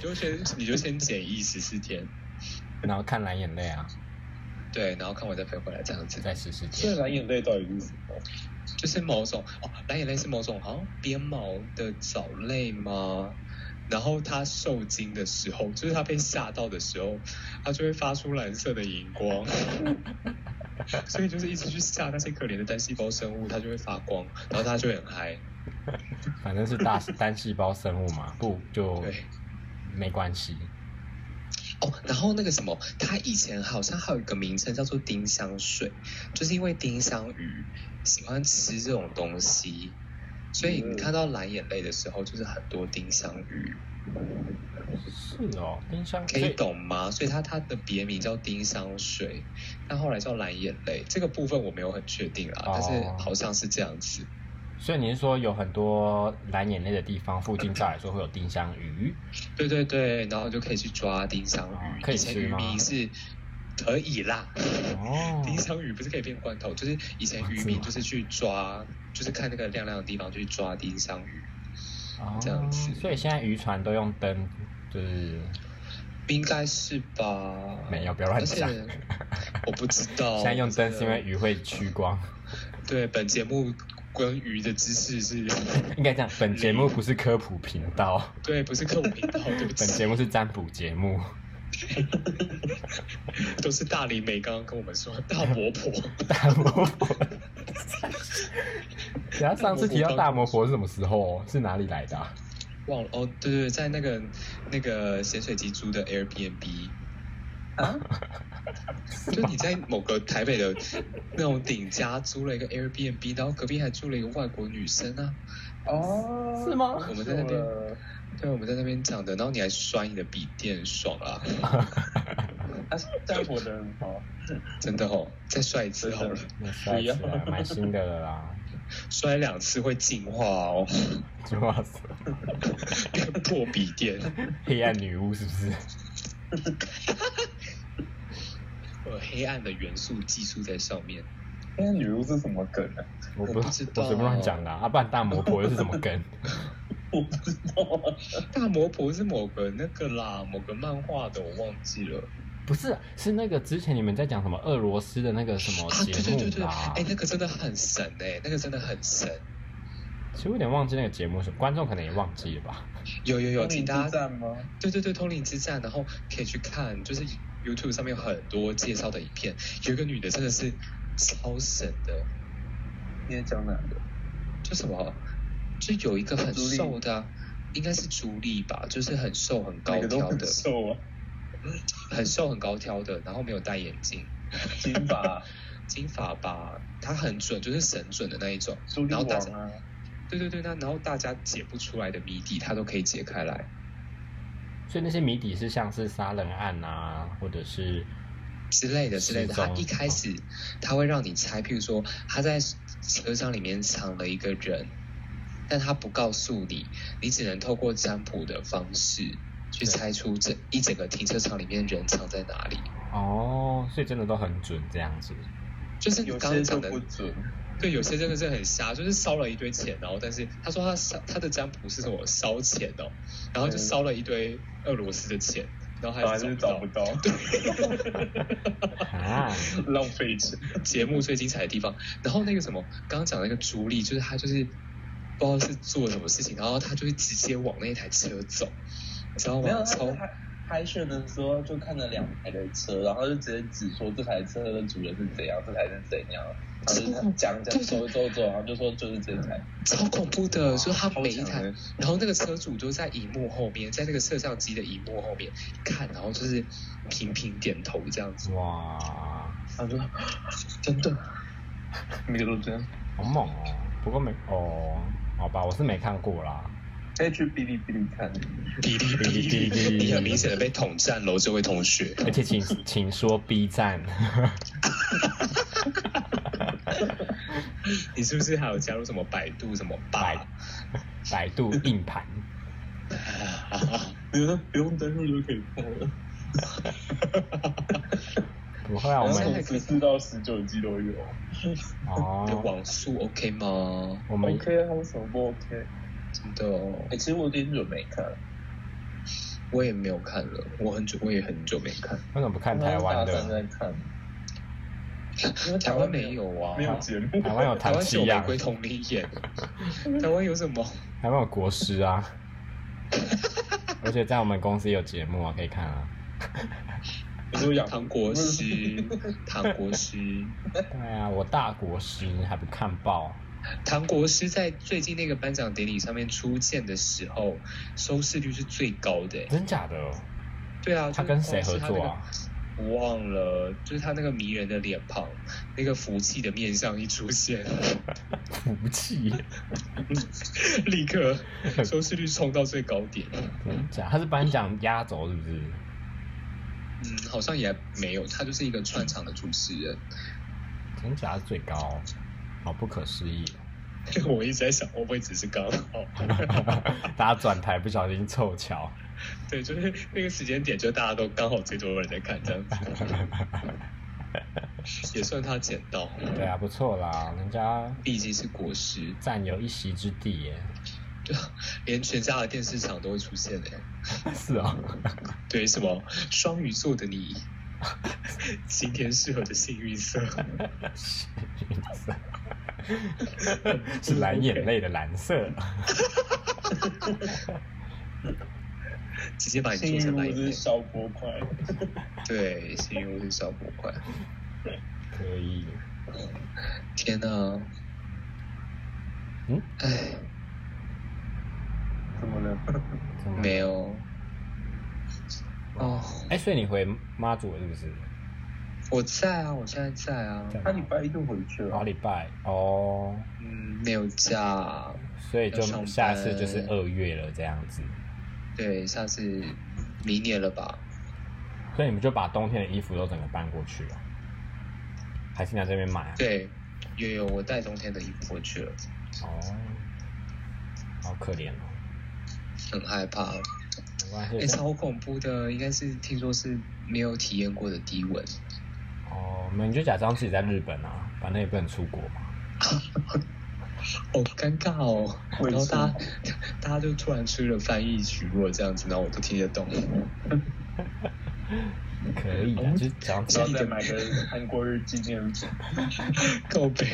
S3: 就先你就先检疫十四天，
S2: 然后看蓝眼泪啊，
S3: 对，然后看我再飞回来这样子。
S2: 在十四
S1: 这
S2: 天。
S1: 蓝眼泪到底是什么？
S3: 就是某种哦，蓝眼泪是某种好像鞭毛的藻类吗？然后它受惊的时候，就是它被吓到的时候，它就会发出蓝色的荧光， 所以就是一直去吓那些可怜的单细胞生物，它就会发光，然后它就会很嗨。
S2: 反正是大单细胞生物嘛，不就
S3: 对，
S2: 没关系。
S3: 哦，然后那个什么，它以前好像还有一个名称叫做丁香水，就是因为丁香鱼喜欢吃这种东西，所以你看到蓝眼泪的时候，就是很多丁香鱼。
S2: 是哦，丁香
S3: 可以。懂吗？所以它它的别名叫丁香水，但后来叫蓝眼泪。这个部分我没有很确定啦，
S2: 哦
S3: 但是好像是这样子。
S2: 所以你是说有很多蓝眼泪的地方附近，照来说会有丁香鱼？
S3: 对对对，然后就可以去抓丁香
S2: 哦
S3: 鱼。
S2: 可以
S3: 以前
S2: 吃
S3: 渔
S2: 吗
S3: 民是可以啦，
S2: 哦，
S3: 丁香鱼不是可以变罐头？就是以前
S2: 哦
S3: 渔
S2: 是
S3: 民
S2: 吗
S3: 就是去抓，就是看那个亮亮的地方去抓丁香鱼。
S2: 哦
S3: 这样子
S2: 所以现在渔船都用灯，就是
S3: 应该是吧？
S2: 没有不要乱讲
S3: 而且 我不知道。
S2: 现在用灯是因为
S3: 哦真的
S2: 鱼会趋光。
S3: 对本节目关于鱼的知识是，
S2: 应该这样，本节目不是科普频道，
S3: 对，不是科普频道，对不起。
S2: 本节目是占卜节目。
S3: 都是大林美刚刚跟我们说大魔婆，
S2: 大魔婆，等下上次提到大魔婆是什么时候？是哪里来的啊、
S3: 忘了哦，对对对，在那个那个咸水鸡租的 Airbnb 啊， 就你在某个台北的那种顶家租了一个 Airbnb，然后隔壁还住了一个外国女生啊，
S1: 哦，
S2: 是吗？
S3: 我们在那边，
S1: 呃，
S3: 对，我们在那边讲的，然后你还摔你的笔电，爽啊，
S1: 他是战火的人吗？
S3: 真的哦，再摔一次好了，
S2: 那帅起来，蛮新的了啦。
S3: 摔两次会进化哦，
S2: 哇塞，
S3: 破笔电，
S2: 黑暗女巫是不是？
S3: 会有黑暗的元素寄宿在上面。
S1: 那女巫是什么梗啊？
S2: 我不
S3: 我不知道
S2: 我随便乱讲的啊，啊不然大魔婆又是什么 梗？
S1: 我不知道啊，
S3: 大魔婆是某个那个啦，某个漫画的，我忘记了。
S2: 不是，啊是那个之前你们在讲什么俄罗斯的那个什
S1: 哦
S2: 么
S3: 啊，对对对
S2: 节
S3: 对，
S2: 目啦
S3: 哎、？那个真的很神哎、那个真的很神。
S1: 哦
S2: 其实我有点忘记那个节目是，观众可能也忘记了吧？
S3: 有有有，请大
S1: 大
S3: 家
S1: 战吗？
S3: 对对对，通灵之战，然后可以去看，就是 YouTube 上面有很多介绍的影片。有一个女的真的是超神的，
S1: 你在讲哪个？
S3: 就什么，就有一个很瘦的、啊，应该是朱莉吧，就是很瘦很高
S1: 哪个都
S3: 挑
S1: 很
S3: 的，
S1: 瘦啊，
S3: 很瘦很高挑的，然后没有戴眼镜，
S1: 金发、
S3: 金发吧，他很准，就是神准的那一种
S1: 朱，莉
S3: 然后大
S1: 王
S3: 家
S1: 啊，
S3: 对对对，那然后大家解不出来的谜底，他都可以解开来。
S2: 所以那些谜底是像是杀人案啊，或者是
S3: 之类的之类的。
S2: 失踪
S3: 他一开始他会让你猜，譬如说他在车厢里面藏了一个人，但他不告诉你，你只能透过占卜的方式去猜出这一整个停车场里面人藏在哪里。
S2: 哦，所以真的都很准这样子。
S3: 就是你
S1: 有
S3: 刚
S1: 些
S3: 刚讲
S1: 就
S3: 的
S1: 不，准。
S3: 对，有些真的是很瞎，就是烧了一堆钱，然后但是他说他烧他的占卜是什么烧钱哦，然后就
S1: 嗯
S3: 烧了一堆俄罗斯的钱，然后还
S1: 还
S3: 是
S1: 是
S3: 找
S1: 找
S3: 不
S1: 不
S3: 到。
S1: 到，
S2: 啊，
S1: 浪费钱。
S3: 节目最精彩的地方。然后那个什么，刚刚讲那个朱莉，就是她就是不知道是做了什么事情，然后她就是直接往那台车走，你知道
S1: 没有，
S3: 吗？
S1: 他
S3: 超
S1: 拍拍摄的时候就看了两台的车，然后就直接指说这台车的主人是怎样，这台是怎样，然后就是讲讲走走走，然后就说就是这台，
S3: 超恐怖的，就是她每一
S1: 超强
S3: 台
S1: 的，
S3: 然后那个车主就在荧幕后面，在那个摄像机的荧幕后面看，然后就是频频点头这样子，
S2: 哇，
S1: 然后 就真的，每个都这样。
S2: 好猛哦！不过没哦，好吧，我是没看过 啦。
S1: 可以去哔哩哔哩看，
S3: 哔哩哔哩
S2: 哔哩哔
S3: 哔哩，
S2: 哩
S3: 你很明显的被统战喽，这位同学。
S2: 而且请请说 B 站，
S3: 你是不是还有加入什么百度什么
S2: 百
S3: 吧？
S2: 百度硬盘，
S1: 不用不用登录就可以看了，
S2: 不会啊，我
S3: 然后
S2: 们
S1: 十四到十九集都有。
S3: 那
S2: 哦，
S3: 网速 OK 吗？
S2: 我们
S1: OK 啊，还有什么不 OK？
S3: 真的哦，哎
S1: 哎，其实我有点久没看了，
S3: 我也没有看了，我很久，我也很久没看。
S2: 为什么不看台湾
S1: 我大三
S2: 的？
S1: 在看，因为
S3: 台湾没有啊，
S1: 没有节目，
S2: 台湾有
S3: 台
S2: 唐
S3: 湾是有
S2: 奇
S3: 玫
S2: 亚，
S3: 瑰同龄演， 台湾有什么？
S2: 台湾有国师啊， 而且在我们公司也有节目啊，可以看啊。
S1: 我都养
S3: 唐国师，唐国师，
S2: 对啊，我大国师还不看爆？
S3: 唐国师在最近那个颁奖典礼上面出现的时候，收视率是最高的欸。
S2: 真假的？
S3: 对啊，
S2: 他
S3: 就是
S2: 跟谁合
S3: 光是
S2: 作
S3: 他那个
S2: 啊？？
S3: 我忘了，就是他那个迷人的脸庞，那个福气的面相一出现，
S2: 福气，
S3: 立刻收视率冲到最高点。
S2: 真假？他是颁奖压轴是不是？
S3: 嗯，好像也没有，他就是一个串场的主持 人。
S2: 真假是最高，好不可思议 哦！
S3: 我一直在想，会不会只是刚好？
S2: 大家转台不小心凑巧，
S3: 对，就是那个时间点，就大家都刚好最多人在看这样子，也算他捡到，
S2: 对啊，不错啦，人家
S3: 毕竟是国师，
S2: 占有一席之地耶。
S3: 对啊，连全家的电视场都会出现哎、
S2: 是哦，
S3: 对，什么双鱼座的你，今天适合的幸运色，
S2: 是蓝眼泪的蓝色，
S3: 直接把你
S1: 幸
S3: 做成
S1: 运
S3: 那
S1: 物
S3: 一
S1: 是
S3: 面。
S1: 小波块，
S3: 对，幸运物是小魔怪。
S2: 可以。
S3: 天哪、
S2: 嗯，
S3: 哎，
S1: 怎么了？
S2: 怎么
S3: 没。有。哦，
S2: 哎、所以你回妈祖是不是？
S3: 我在啊，我现在在啊。
S2: 在
S1: 他礼拜一就回去
S2: 哪
S1: 了，
S2: 礼拜哦，
S3: 嗯，没有假。
S2: 所以就
S3: 要上班
S2: 下次就是二月了这样子，
S3: 对，下次明年了吧？
S2: 所以你们就把冬天的衣服都整个搬过去了，还是你在这边买啊？
S3: 对，有有，我带冬天的衣服回去了，
S2: 哦，好可怜哦，
S3: 很害怕。
S2: 没关
S3: 哎、
S2: 系，
S3: 超恐怖的，应该是听说是没有体验过的低温。
S2: 哦，那你就假装自己在日本啊，反正也不能出国嘛。
S3: 好尴尬哦，
S1: 会
S3: 然后大家
S1: 出
S3: 大家就突然出了翻译曲若这样子，然后我都听得懂。
S2: 可以的，
S3: 嗯
S2: 就是假装自
S1: 然
S2: 己
S1: 后再买个韩国日纪念品。
S3: 告白，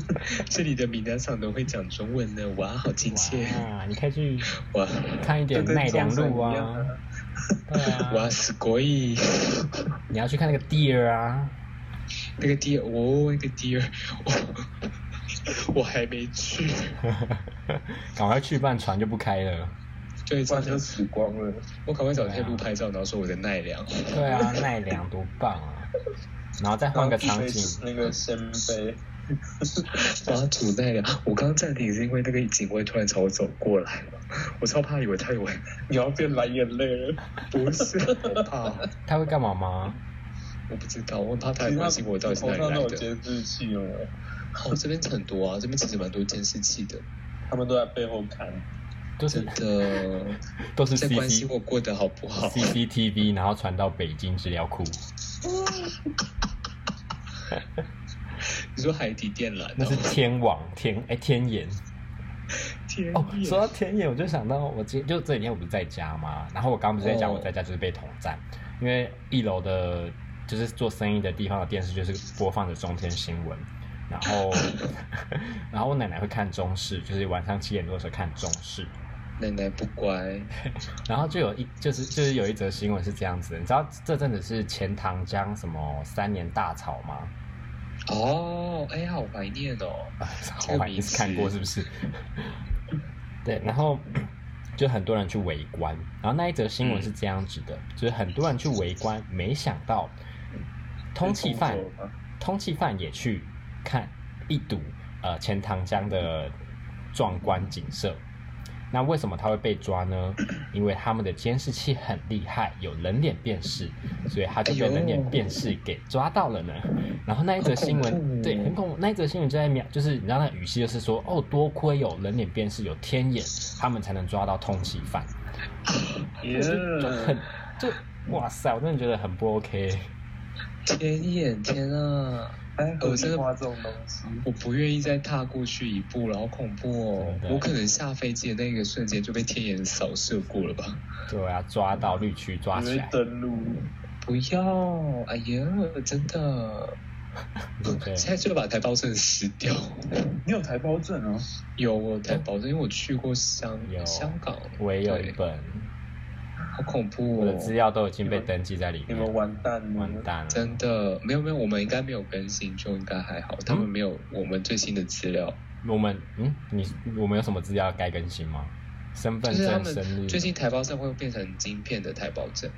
S3: 这里的闽南嗓都会讲中文呢，哇，好亲切，
S2: 哇，啊你可以去
S3: 哇
S2: 看一点
S1: 就跟
S2: 奈良
S1: 中
S2: 路
S1: 文一样
S2: 啊
S1: 啊，
S2: 对啊，
S3: 哇，すごい，
S2: 你要去看那个 deer 啊，
S3: 那个 deer，我、那个 deer，我 我还没去，
S2: 赶快去，不然船就不开了。
S3: 对，
S1: 不
S3: 真
S1: 然就
S3: 的，
S1: 死光了。
S3: 我赶快找贴路拍照，然后说我的奈良。
S2: 对啊，奈良多棒啊！然后再换个场景，
S1: 那个鲜卑，
S3: 我要煮奈良，我刚刚暂停是因为那个警卫突然朝我走过来了，我超怕以为他 以为
S1: 你要变蓝眼泪了。
S3: 不是，我怕，
S2: 他会干嘛吗？
S3: 我不知道，我很怕他
S1: 其
S3: 也
S1: 实
S3: 关心我到底是
S1: 头
S3: 哪里
S1: 上都
S3: 来
S1: 有
S3: 的。
S1: 监视器了，
S3: 好，这边很多啊，这边其实蛮多监视器的，
S1: 他们都在背后看。
S2: 都
S3: 真
S2: 是
S3: 的
S2: 都是
S3: 在
S2: C
S3: 关心
S2: C
S3: 我过得好不好。
S2: C C T V，然后传到北京资料库，
S3: 你说海底电缆哦，
S2: 那是天网天哎、天眼
S3: 天
S2: 哦。
S3: 眼
S2: 说到天眼，我就想到我今就这几天我不是在家吗？然后我刚刚不是在讲
S3: 哦
S2: 我在家就是被统战，因为一楼的就是做生意的地方的电视就是播放着中天新闻。然后，然后我奶奶会看中视，就是晚上七点多的时候看中视，
S3: 奶奶不乖，
S2: 然后就有一就是就是有一则新闻是这样子的，你知道这阵子是钱塘江什么三年大潮吗？
S3: 哦，哎呀，好怀念哦。
S2: 啊，
S3: 这
S2: 好
S3: 个
S2: 吧，你
S3: 名
S2: 是看过
S3: 词
S2: 是不是？ 对，然后就很多人去围观，然后那一则新闻是这样子的，就是很多人去围观，没想到通缉犯
S1: 被封走了吗
S2: 通缉犯也去看一睹呃钱塘江的壮观景色。那为什么他会被抓呢？因为他们的监视器很厉害，有人脸辨识，所以他就被
S3: 哎呦
S2: 人脸辨识给抓到了呢。然后那一则新
S3: 好恐怖
S2: 闻，
S3: 哦
S2: 对，很恐怖。那一则新闻就在描，就是你知道那语气就是说，哦，多亏有人脸辨识，有天眼，他们才能抓到通缉犯。
S1: 耶、
S2: 就很就哇塞，我真的觉得很不 OK。
S3: 天眼，天啊！
S1: 哎，
S3: 我
S1: 我
S3: 真
S1: 是
S3: 的
S1: 画这种东西，
S3: 我不愿意再踏过去一步了，好恐怖哦
S2: 真！的
S3: 我可能下飞机的那个瞬间就被天眼扫射过了吧？
S2: 对啊，抓到绿区抓
S1: 你
S2: 起来
S1: 会，登录，
S3: 不要，哎呀，真的，
S2: 对不对？
S3: 嗯现在就把台胞证撕 掉。
S1: 你有台胞证啊？
S3: 有我台胞证，因为我去过香
S2: 有
S3: 香港，
S2: 我也有一
S3: 对
S2: 本，
S3: 好恐怖
S2: 我的资
S3: 哦！
S2: 料都已经被登记在里
S1: 你
S2: 面，
S1: 们完蛋了，
S2: 完蛋了。
S3: 真的没有没有，我们应该没有更新，就应该还好。他们没有我们最新的资料，
S2: 我们嗯，你我们有什么资料该更新吗？身
S3: 就
S2: 份
S3: 是他
S2: 证、生
S3: 们
S2: 日
S3: 最近台胞证会变成晶片的台胞证。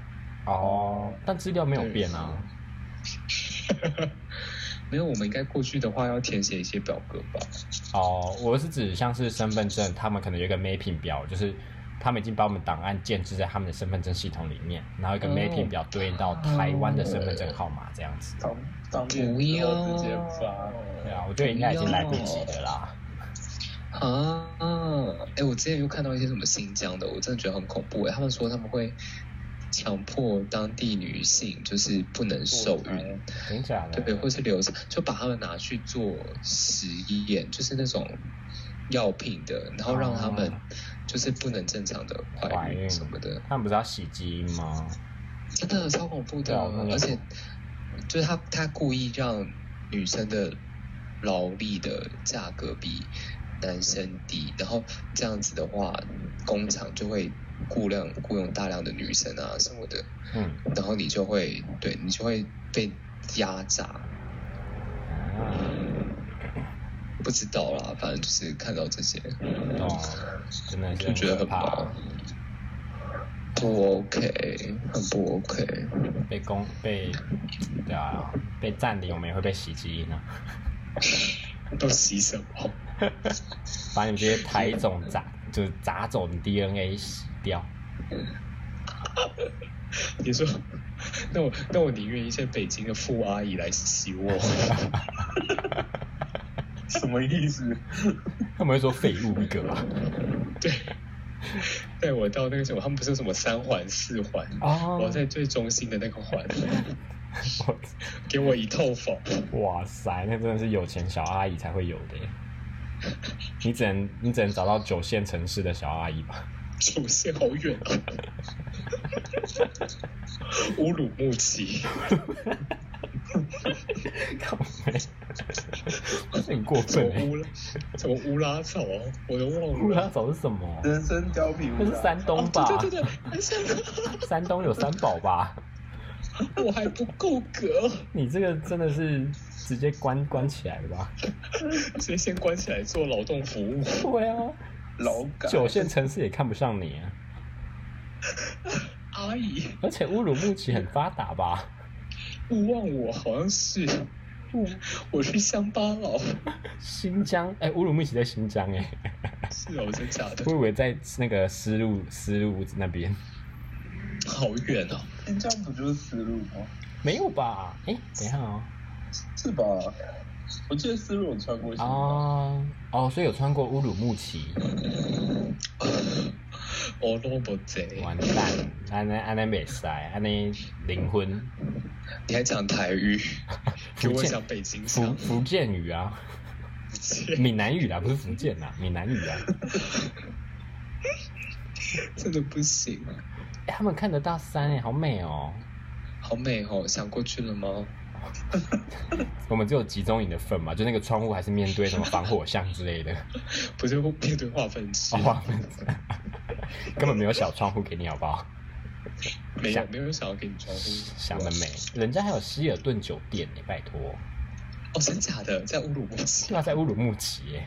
S2: 哦，但资料没有变啊。
S3: 嗯没有，我们应该过去的话要填写一些表格吧？
S2: 哦，我是指像是身份证，他们可能有一个 mapping 表，就是他们已经把我们档案建置在他们的身份证系统里面，然后一个
S3: 哦
S2: mapping 表对应到台湾的身份证号码这样子。
S1: 当当面
S3: 不要
S1: 直接发。
S3: 哦
S2: 对啊，我觉得应该已经来不及的啦。
S3: 啊，哎，我之前又看到一些什么新疆的，我真的觉得很恐怖哎。他们说他们会强迫当地女性，就是不能受孕，
S2: 真假的？
S3: 对，或是流产，就把他们拿去做实验，就是那种药品的，然后让他们
S2: 哦
S3: 就是不能正常的怀
S2: 怀
S3: 孕
S2: 孕
S3: 什么的。
S2: 他们不是要洗基因吗？
S3: 真的超恐怖的，
S2: 对啊那个
S3: 而且就是他他故意让女生的劳力的价格比男生低，然后这样子的话，工厂就会雇量雇佣大量的女生啊什么的，
S2: 嗯，
S3: 然后你就会对你就会被压榨，
S2: 哦
S3: 不知道啦，反正就是看到这些
S2: 哦，真的是
S3: 就觉得
S2: 可
S3: 很
S2: 怕
S3: 毛，不 OK，很不 OK。
S2: 被攻被对啊，被占领，我们也会被洗基因啊，
S3: 都洗什么？
S2: 把你们这些台种杂就是杂种 DNA 洗掉。
S3: 你说， 那我那我宁愿一些北京的富阿姨来洗 我。
S1: 什么意思？
S2: 他们会说废物一个吧？
S3: 对，带我到那个什么，他们不是有什么三环四环，
S2: 哦
S3: 我要在最中心的那个 环，给我一套房。
S2: 哇塞，那真的是有钱小阿姨才会有的耶。你只能你只能找到九线城市的小阿姨吧？
S3: 主线好远啊！ 乌鲁木齐，
S2: 靠北这很过
S3: 什
S2: 分
S3: 么乌
S2: 哎！
S3: 拉，什么乌拉草啊，我都忘
S2: 乌拉
S3: 了。
S2: 草是什么？
S1: 人生貂皮
S2: 那
S1: 屋
S2: 是
S3: 哦
S1: 啊
S2: 山东吧？
S3: 对对对对，很像。
S2: 山东有三宝吧？
S3: 我还不够格，
S2: 你这个真的是直接关关起来了吧？
S3: 所以先关起来做劳动服务。
S2: 对啊，
S1: 老改
S2: 九线城市也看不上你、啊，
S3: 阿姨，
S2: 而且乌鲁木齐很发达吧？
S3: 勿忘我，好像是，我我是乡巴佬，
S2: 新疆，哎、乌鲁木齐在新疆哎、
S3: 是哦，真假的
S2: 我，以为在那个丝路丝路那边，
S3: 好远哦。
S1: 新疆不就是丝路吗？
S2: 没有吧？哎、等一下哦，
S1: 是吧？我记得丝路有穿过新
S2: 啊、
S1: 疆，
S2: 哦，所以有穿过乌鲁木齐，
S3: 哦，萝卜贼，
S2: 完蛋，安安安那没塞，安那灵魂，
S3: 你还讲台语，给
S2: 福
S3: 我
S2: 建
S3: 讲北京
S2: 福
S3: 腔，
S2: 福建语啊，闽南语啦，不是福建啦，闽南语啊、
S3: 真的不行，啊
S2: 哎他们看得到山哎、好美哦、
S3: 好美哦，想过去了吗？
S2: 我们只有集中营的份嘛，就那个窗户还是面对什么防火巷之 类的，
S3: 不是面对化粪池
S2: 哦，，哇 根本没有小窗户给你好不好？
S3: 没有
S2: 想
S3: 没有想要给你装户，
S2: 想得美，人家还有希尔顿酒店呢、拜托，
S3: 哦，真假的，在乌鲁木齐
S2: 对，啊，在乌鲁木齐、耶，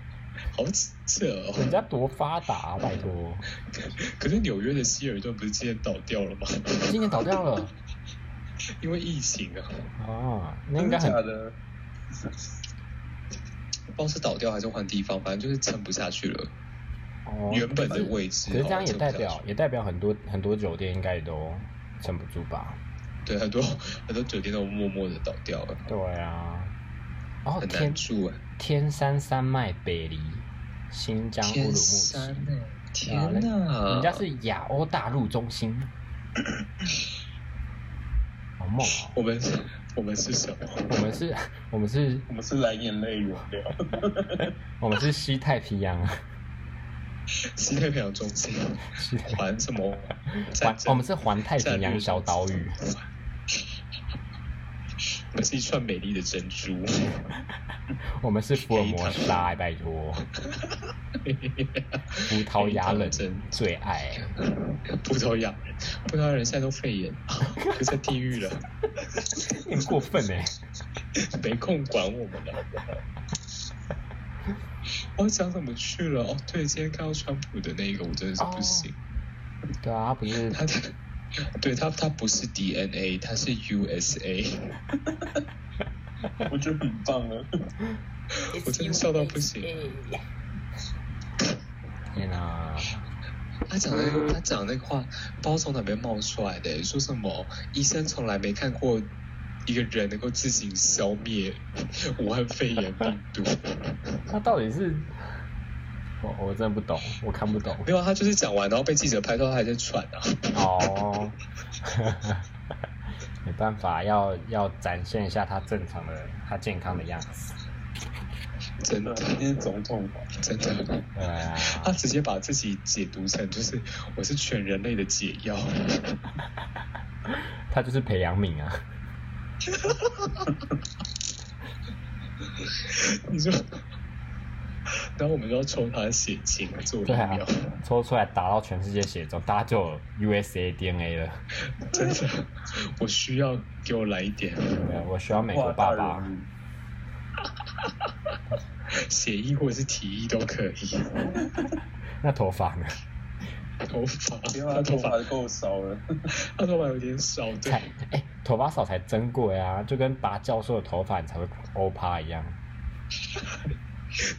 S3: 好扯哦。
S2: 人家多发达、啊，拜托，
S3: 可是纽约的希尔顿不是今天倒掉了吗？
S2: 今年倒掉了
S3: 因为疫情啊，
S2: 啊，那应
S1: 真
S2: 该
S1: 的
S2: 很
S1: 假的？
S3: 不知道是倒掉还是换地方，反正就是撑不下去了。
S2: 哦，
S3: 原本的位置哦
S2: 可是这样
S3: 好像
S2: 也
S3: 撑不下
S2: 代
S3: 去
S2: 表也代表很多很多酒店应该也都撑不住吧？
S3: 对很多很多酒店都默默的倒掉了，
S2: 对啊，哦，
S3: 很难
S2: 天
S3: 住哎、
S2: 天山山脉北离新疆乌鲁
S3: 天
S2: 木齐，
S3: 山哎、
S2: 哦啊
S3: 天
S2: 人
S3: 哪！
S2: 人家是亚欧大陆中心，好梦哦！
S3: 我们我们是什么？
S2: 我们是，我们是，
S1: 我们是蓝眼泪原
S3: 啊
S1: 料，
S2: 我们是西太平洋，啊
S3: 西太平洋中心
S2: 西太
S3: 环什么
S2: 环哦
S3: 战，争？
S2: 我们是环太平
S3: 战
S2: 洋
S3: 略
S2: 小岛屿，
S3: 我们是一串美丽的珍珠。
S2: 我们是福尔摩沙，哎拜托，葡萄牙人最爱，
S3: 葡萄牙人，葡萄牙人现在都肺炎， 就在地狱了，
S2: 你很过分哎！
S3: 没空管我们了。 我讲怎么去了？哦，对，今天看到川普的那个，我真的是不行。
S2: 对啊，他不是
S3: 他的，对他，他不是 DNA，他是 USA，
S1: 我觉得很棒啊！
S3: 我真的笑到不行。
S2: 天哪，
S3: 他讲的那个，他讲的那个话，不知道从哪边冒出来的，说什么医生从来没看过一个人能够自行消灭武汉肺炎病毒。
S2: 他到底是？我我真的不懂，我看不懂
S3: 没有啊，他就是讲完，然后被记者拍到他还在喘啊。
S2: 哦。没办法，要要展现一下他正常的、他健康的样子。
S3: 真的，
S1: 今天总统吧，
S3: 真的，
S2: 对啊，
S1: 哦
S3: 他直接把自己解读成就是我是全人类的解药。
S2: 他就是培养 皿啊。
S3: 你说，然后我们就要抽他的血清做疫
S2: 对啊
S3: 苗，，
S2: 抽出来打到全世界血中，大家就有 USA DNA 了。
S3: 真的，我需要给我来一点
S2: 对啊，我需要美国
S1: 哇，大
S2: 爸爸。
S1: 人物
S3: 血液或者是体液都可以。
S2: 那头 发呢？
S3: 头发，
S1: 不要他
S3: 他
S1: 头
S3: 头
S1: 发
S3: 发，
S1: 够少了，
S3: 他头发有点少，对
S2: 才，哎、头发少才珍贵啊，就跟拔教授的头发你才会欧趴一样。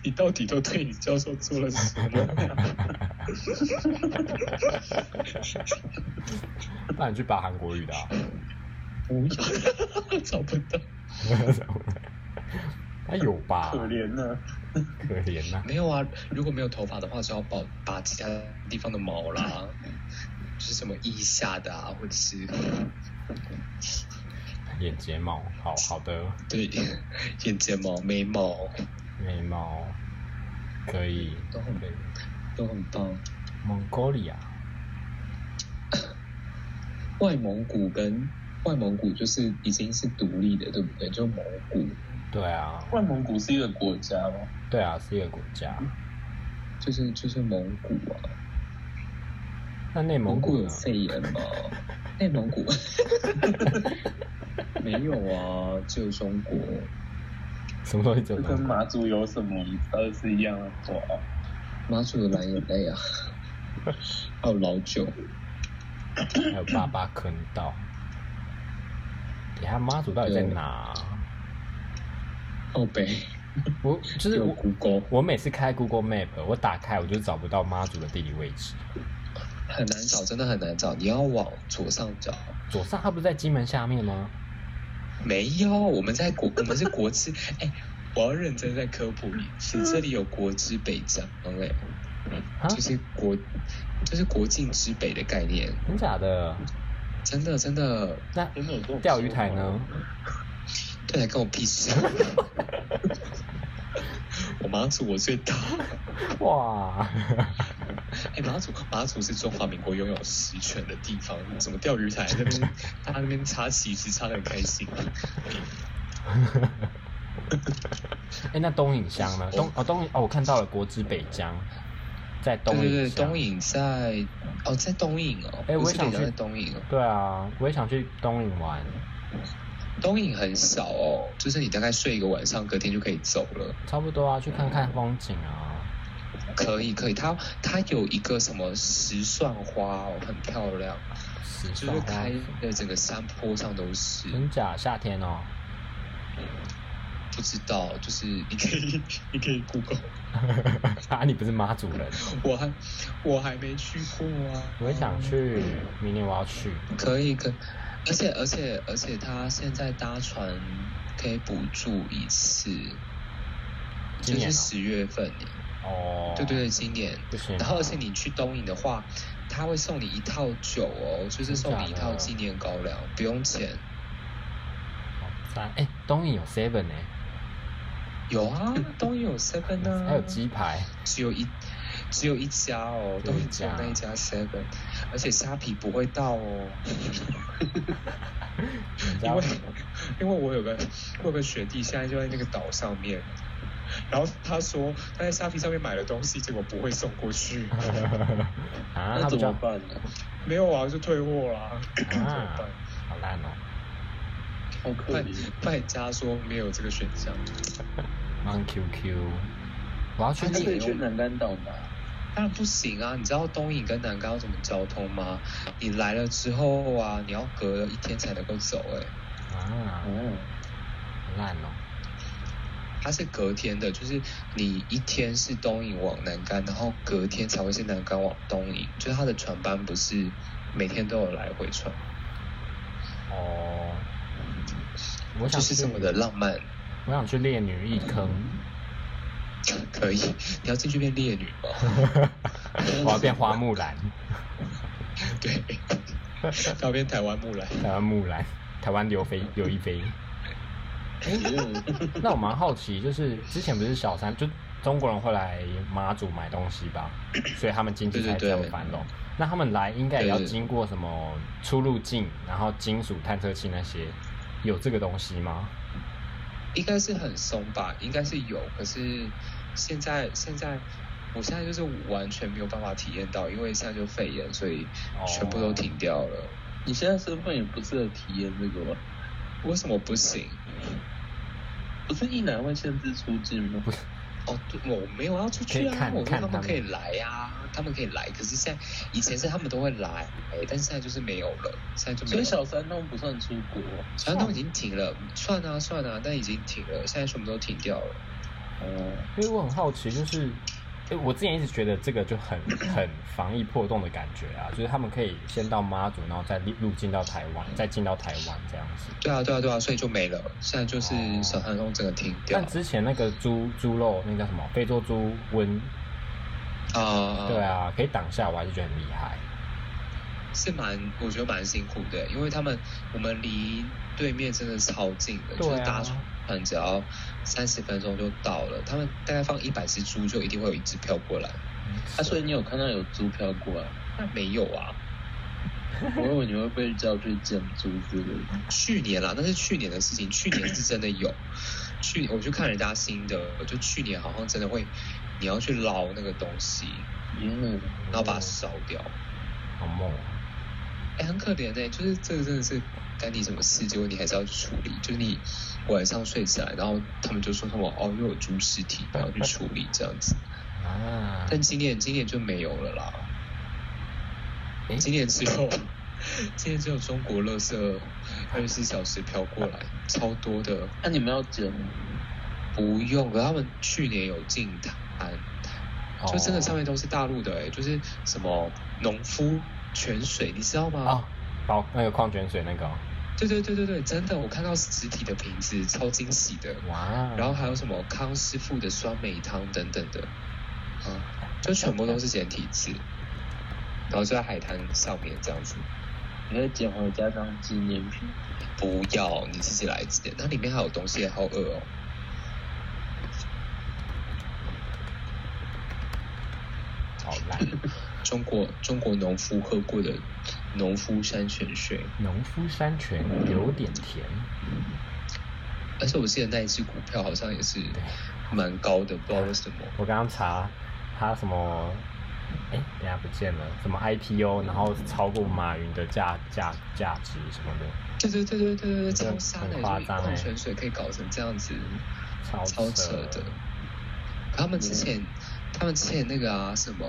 S3: 你到底都对你教授做了什么？
S2: 不然你去拔韩国 语的、啊。
S3: 不要，找不到。
S2: 他有吧？
S1: 可怜啊呢、
S2: 可怜呐、
S3: 没有啊，如果没有头发的话，就要把把其他地方的毛啦，就是什么腋下的啊，或者是
S2: 眼睫毛，好好的
S3: 对眼睫毛、眉毛
S2: 眉毛，可以。
S3: 都很都很棒。
S2: 蒙古利亚，
S3: 外蒙古跟外蒙古就是已经是独立的，对不对？就蒙古，
S2: 对啊，
S1: 外蒙古是一个国家吗？
S2: 对
S3: 嗯
S2: 啊，是一个国家。
S3: 就是就是蒙古啊。
S2: 那内蒙
S3: 蒙
S2: 古
S3: 古有
S2: 呢？
S3: 肺炎吗？内蒙古 没有啊，只有中国。
S2: 什么东西？怎
S1: 这跟
S2: 么？
S1: 马祖有什么呃是一样的话？啊
S3: 妈祖的蓝眼泪啊，还有老酒，
S2: 还有八八坑道。等一下妈祖到底在
S3: 对
S2: 哪啊、
S3: 后背，
S2: 我就是
S3: 有
S2: 我，
S3: 谷沟，
S2: 我每次开 Google Map，我打开我就找不到妈祖的地理位置。
S3: 很难找，真的很难找。你要往左上角。
S2: 左上它不是在金门下面吗？
S3: 没有，我们在国， 我们是国之。哎、我要认真在科普你，是这里有国之北疆嘞，
S2: 啊，
S3: 就是国，就是国境之北的概念。
S2: 真假的？
S3: 真的真的，
S2: 那
S1: 真的有这种
S2: 钓鱼台呢？
S3: 对来跟我屁 事。我马祖我最大，
S2: 哇，
S3: 哎、马祖马祖是中华民国拥有实权的地方，怎么钓鱼台那 边，大家那边插旗帜插的很开心。
S2: 哎、那东引乡呢？东哦东引哦，我看到了国之北疆，在东
S3: 对
S2: 引
S3: 对对，
S2: 乡
S3: 东。引在哦，在东引哦，
S2: 哎我也
S3: 不是北
S2: 想
S3: 疆
S2: 去
S3: 在东引哦，
S2: 对啊，我也想去东引玩，
S3: 东引很少哦，就是你大概睡一个晚上，隔天就可以走了。
S2: 差不多啊，去看看风景啊。
S3: 可以可以，它它有一个什么石蒜花哦，很漂亮，
S2: 时
S3: 就是
S2: 尚啊
S3: 开的整个山坡上都是。
S2: 真假夏天哦，
S3: 不知道，就是你可以你可以 Google，
S2: 啊，你不是妈祖人，哦
S3: 我还我还没去过啊。
S2: 我也想去，明年我要去。
S3: 可以可，而且而且而且他现在搭船可以补助一次，就
S2: 今年
S3: 是
S2: 哦
S3: 十月份，
S2: 哦，
S3: 对对对，今年。
S2: 不行。
S3: 然后而且你去东引的话，他会送你一套酒哦，就是送你一套纪念高粱，不用钱。
S2: 三哎，东影有 seven 哎、
S3: 有 啊，东引有 seven 啊，
S2: 还有鸡 排，
S3: 只有一只有一家哦，
S2: 只
S3: 都
S2: 有一
S3: 是只有
S2: 家
S3: 那一家 seven，而且虾皮不会到哦，
S2: 你知
S3: 因
S2: 道
S3: 为因为我有个我有个学弟现在就在那个岛上面，然后他说他在虾皮上面买了东西，结果不会送过 去，
S2: 啊，
S1: 那
S2: 他比
S1: 怎
S2: 较
S1: 么办呢？
S3: 没有啊，就退货啦， 怎么
S2: 啊
S3: 办？，
S2: 好烂哦，
S1: 好可
S3: 卖
S1: 怜。啊
S3: 卖家说没有这个选项，
S2: mang QQ，我要去
S3: 啊
S1: 他可以
S2: 那
S1: 去
S2: 个
S1: 南竿岛吗？
S3: 当然不行啊！你知道东引跟南竿要怎么交通吗？你来了之后啊，你要隔一天才能够走、欸，
S2: 啊，
S1: 嗯，
S2: 好烂哦，
S3: 它是隔天的，就是你一天是东引往南竿，然后隔天才会是南竿往东引，就是它的船班不是每天都有来回船，
S2: 哦，我
S3: 就
S2: 想
S3: 是
S2: 去
S3: 这么的浪漫。
S2: 我想去烈女一 坑，
S3: 可以，你要进去变烈女 吗？
S2: 我要变花木兰，
S3: 对，要变台湾木兰。
S2: 台湾呃木兰，台湾刘飞刘亦菲。
S3: 哎
S2: 那我蛮好奇，就是之前不是小三，就中国人会来马祖买东西吧，所以他们经济才
S3: 对对
S2: 这
S3: 对
S2: 么繁荣。那他们来应该也要
S3: 对对
S2: 经过什么出入境，然后金属探测器那些，有这个东西吗？
S3: 应该是很松吧，应该是有，可是现在现在，我现在就是完全没有办法体验到，因为现在就肺炎，所以全部
S2: 哦
S3: 都停掉了。
S1: 你现在身份也不适合体验这个吧？
S3: 为什么不行？
S1: 不是一男会限制出境吗？
S3: 哦，对，我没有要出去
S2: 可以
S3: 啊
S2: 看，
S3: 我说
S2: 看
S3: 他
S2: 他
S3: 们
S2: 们
S3: 可以来呀、啊，他们可以来。可是现在以前是他们都会来，哎，但是现在就是没有了，现在就
S1: 所
S3: 没
S1: 以
S3: 有了。
S1: 小三弄不算出国，啊
S3: 传统已经停了，算啊算啊，但已经停了，现在全部都停掉了。
S2: 因为我很好奇，就是，就我之前一直觉得这个就很很防疫破洞的感觉啊，就是他们可以先到妈祖，然后再入境到台湾，再进到台湾这样子。
S3: 对啊对啊对啊，所以就没了。现在就是
S2: 哦
S3: 小三通整个停掉
S2: 但之前那个猪猪肉，那叫什么非洲猪瘟，
S3: 啊。
S2: 对啊，可以挡下，我还是觉得很厉害。
S3: 是蛮，我觉得蛮辛苦的，因为他们我们离对面真的超近的，
S2: 对啊
S3: 就是搭船只要三十分钟就到了。他们大概放一百只猪，就一定会有一只飘过来。
S1: 啊，所以你有看到有猪飘过来？
S3: 那没有啊，
S1: 我以为你会被叫去捡猪之类的。
S3: 去年啦，那是去年的事情，去年是真的有。去我去看人家新的，就去年好像真的会，你要去捞那个东西，
S1: 耶，
S3: 然后把它烧掉。
S2: 好梦哦。
S3: 哎，很可怜哎、就是这个真的是干你什么事，结果你还是要去处理。就是你晚上睡起来，然后他们就说什么哦，又有猪尸体，然后去处理这样子。
S2: 啊，
S3: 但今年今年就没有了啦，
S2: 诶
S3: 今年只有 今年只有中国垃圾二十四小时飘过来，超多的。
S1: 那你们要剪吗？
S3: 不用，可他们去年有进摊，就真的上面都是大陆的、欸，就是什么农夫泉水，你知道吗？
S2: 啊，包那个矿泉水那个哦，
S3: 对对对对对，真的，我看到实体的瓶子，超惊喜的。
S2: 嗯哇，
S3: 然后还有什么康师傅的酸梅汤等等的，啊，就全部都是简体字，然后就在海滩上面这样子。
S1: 你会剪回家当纪念品？
S3: 不要，你自己来剪，那里面还有东西，好饿哦。
S2: 好烂，
S3: 中国中国农夫喝过的农夫山泉水，
S2: 农夫山泉有点甜，
S3: 而且我记得那一只股票好像也是蛮高的，不知道为什么。
S2: 我刚刚查它什么，哎，等一下不见了，什么 IPO，然后超过马云的价价价值什么的，
S3: 对对对对对对，
S2: 这
S3: 超杀的，
S2: 很
S3: 就
S2: 夸
S3: 是
S2: 张欸
S3: 矿泉水可以搞成这样子，
S2: 超
S3: 超扯
S2: 扯哦
S3: 的。他们之前，他们之前那个啊什么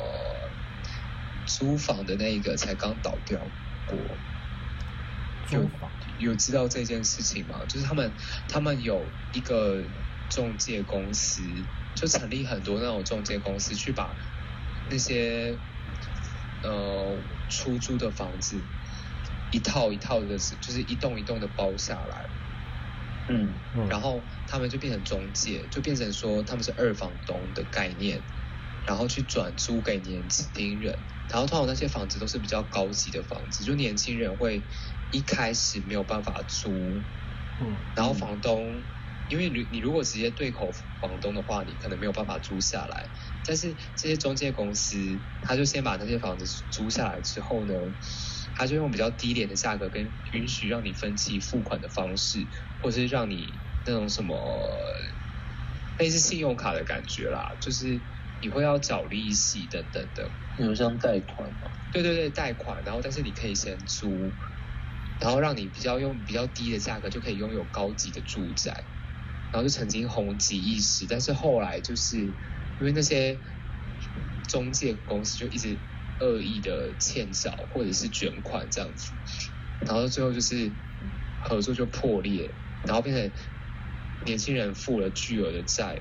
S3: 租房的那一个才刚倒掉过，
S2: 租房
S3: 有知道这件事情吗？就是他们他们有一个中介公司，就成立很多那种中介公司去把那些呃出租的房子一套一套的，就是一栋一栋的包下来，
S1: 嗯，
S2: 嗯
S3: 然后他们就变成中介，就变成说他们是二房东的概念，然后去转租给年轻人。然后通常那些房子都是比较高级的房子，就年轻人会一开始没有办法租，
S2: 嗯
S3: 然后房东，因为你你如果直接对口房东的话，你可能没有办法租下来。但是这些中介公司，他就先把那些房子租下来之后呢，他就用比较低廉的价格跟允许让你分期付款的方式，或是让你那种什么类似信用卡的感觉啦，就是你会要缴利息等等的。
S1: 有像贷款吗？
S3: 对对对，贷款，然后但是你可以先租，然后让你比较用比较低的价格就可以拥有高级的住宅，然后就曾经红极一时，但是后来就是因为那些中介公司就一直恶意的欠缴或者是卷款这样子，然后最后就是合作就破裂，然后变成年轻人付了巨额的债，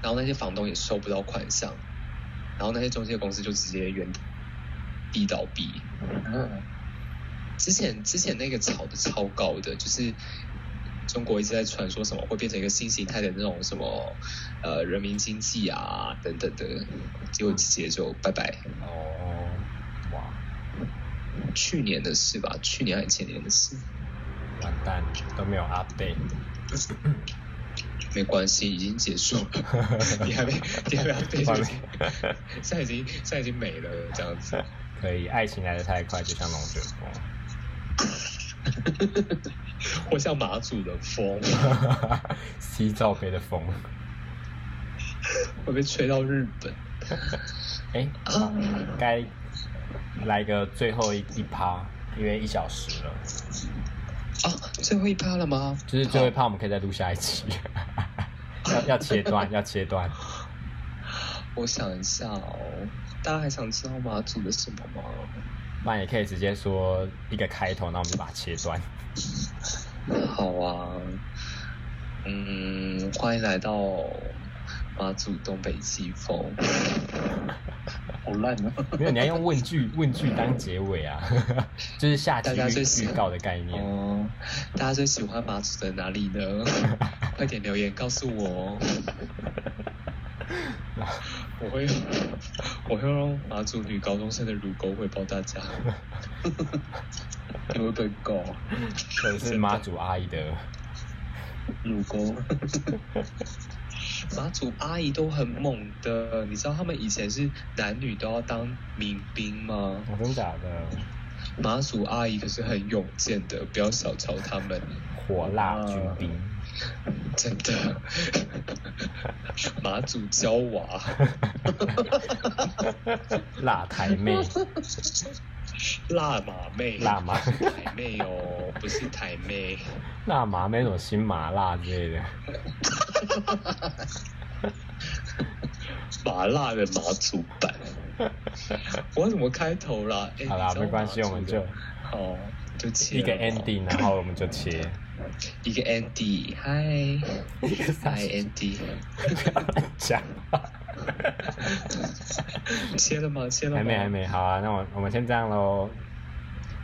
S3: 然后那些房东也收不到款项，然后那些中介公司就直接原地倒闭。
S1: 嗯，
S3: 之前之前那个炒的超高的，就是中国一直在传说什么会变成一个新形态的那种什么呃人民经济啊等等的，结果直接就拜拜。
S2: 哦，哇，
S3: 去年的事吧，去年还是前年的事，
S2: 完蛋都没有 update，
S3: 没关系，已经结束了。你还没你还没有被这
S2: 完
S3: 个
S2: 了，
S3: 现在已经现在已经没了这样子。
S2: 可以，爱情来得太快，就像龙卷风。
S3: 我像马祖的风，
S2: 西罩杯的风。
S3: 会被吹到日本。
S2: 哎、
S3: 啊
S2: 好该来个最后一一趴，因为一小时了，
S3: 啊，最后一趴了吗？
S2: 就是最后一趴，我们可以再录下一期。要 要切断，要切断。
S3: 我想一下哦，大家还想知道马祖的什么吗？
S2: 不然也可以直接说一个开头，那我们就把它切断。
S3: 好啊，嗯，欢迎来到马祖东北季风。
S1: 好烂啊！
S2: 没有，你要用问 句问句当结尾啊， 就是下期
S3: 大家最
S2: 预
S3: 喜
S2: 预告的概念。
S3: 哦，大家最喜欢马祖的哪里 呢？快点留言告诉我哦， 我会用我会用马祖女高中生的乳沟回报大家。
S1: 你会被告
S3: 啊
S2: 或者是妈祖阿姨的，
S1: 乳沟，
S3: 马祖阿姨都很猛的，你知道他们以前是男女都要当民兵吗？
S2: 我真假的
S3: 马祖阿姨可是很勇健的，不要小瞧他们，
S2: 火辣军兵。
S3: 真 的。马祖娇娃，
S2: 辣台妹，
S3: 辣马妹，
S2: 辣马
S3: 台妹哦，不是台妹，
S2: 辣麻那种新麻辣之类的，
S3: 麻辣的马祖版。我怎么开头啦？哎
S2: 好啦
S3: 你知道
S2: 没关系
S3: 马祖
S2: 我们就
S3: 的哦，就切
S2: 一个
S3: 了哦
S2: ending，然后我们就切。
S3: 一个 Andy，嗨，
S2: 一个三
S3: 嗨 Andy，
S2: 讲，
S3: 切了吗？切了吗？
S2: 还没还。没，好啊，那我我们先这样喽。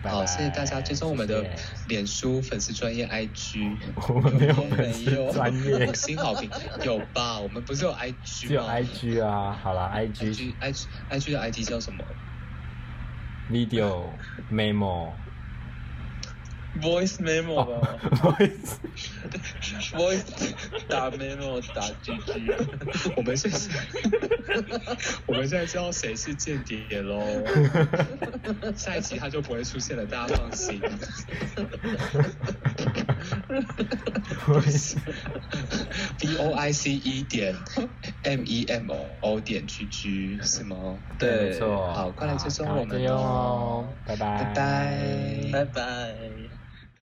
S2: 拜
S3: 好，
S2: 拜
S3: 谢谢大家追踪我们的
S2: 谢谢
S3: 脸书粉丝专业 IG，
S2: 我们没有粉丝
S3: 没 有啊
S2: 专业
S3: 五星好评有吧？我们不是有 IG 吗？
S2: 只有 IG 啊，好啦
S3: IG IG IG 的 ID 叫什么
S2: Video Memo
S1: voice memo 吧、
S2: Voice
S1: v o i c e 打 memo 打 GG。
S3: 我们 现在我们现在知道谁是间谍喽。下一集他就不会出现了，大家放 心。
S2: Voice
S3: V O I C E 点 M E M O O 点 G G 是吗？
S1: 对
S2: 没错，
S3: 好快来追踪
S2: 好
S3: 我们
S2: 加油哦，拜拜，
S3: 拜拜。
S1: 拜拜。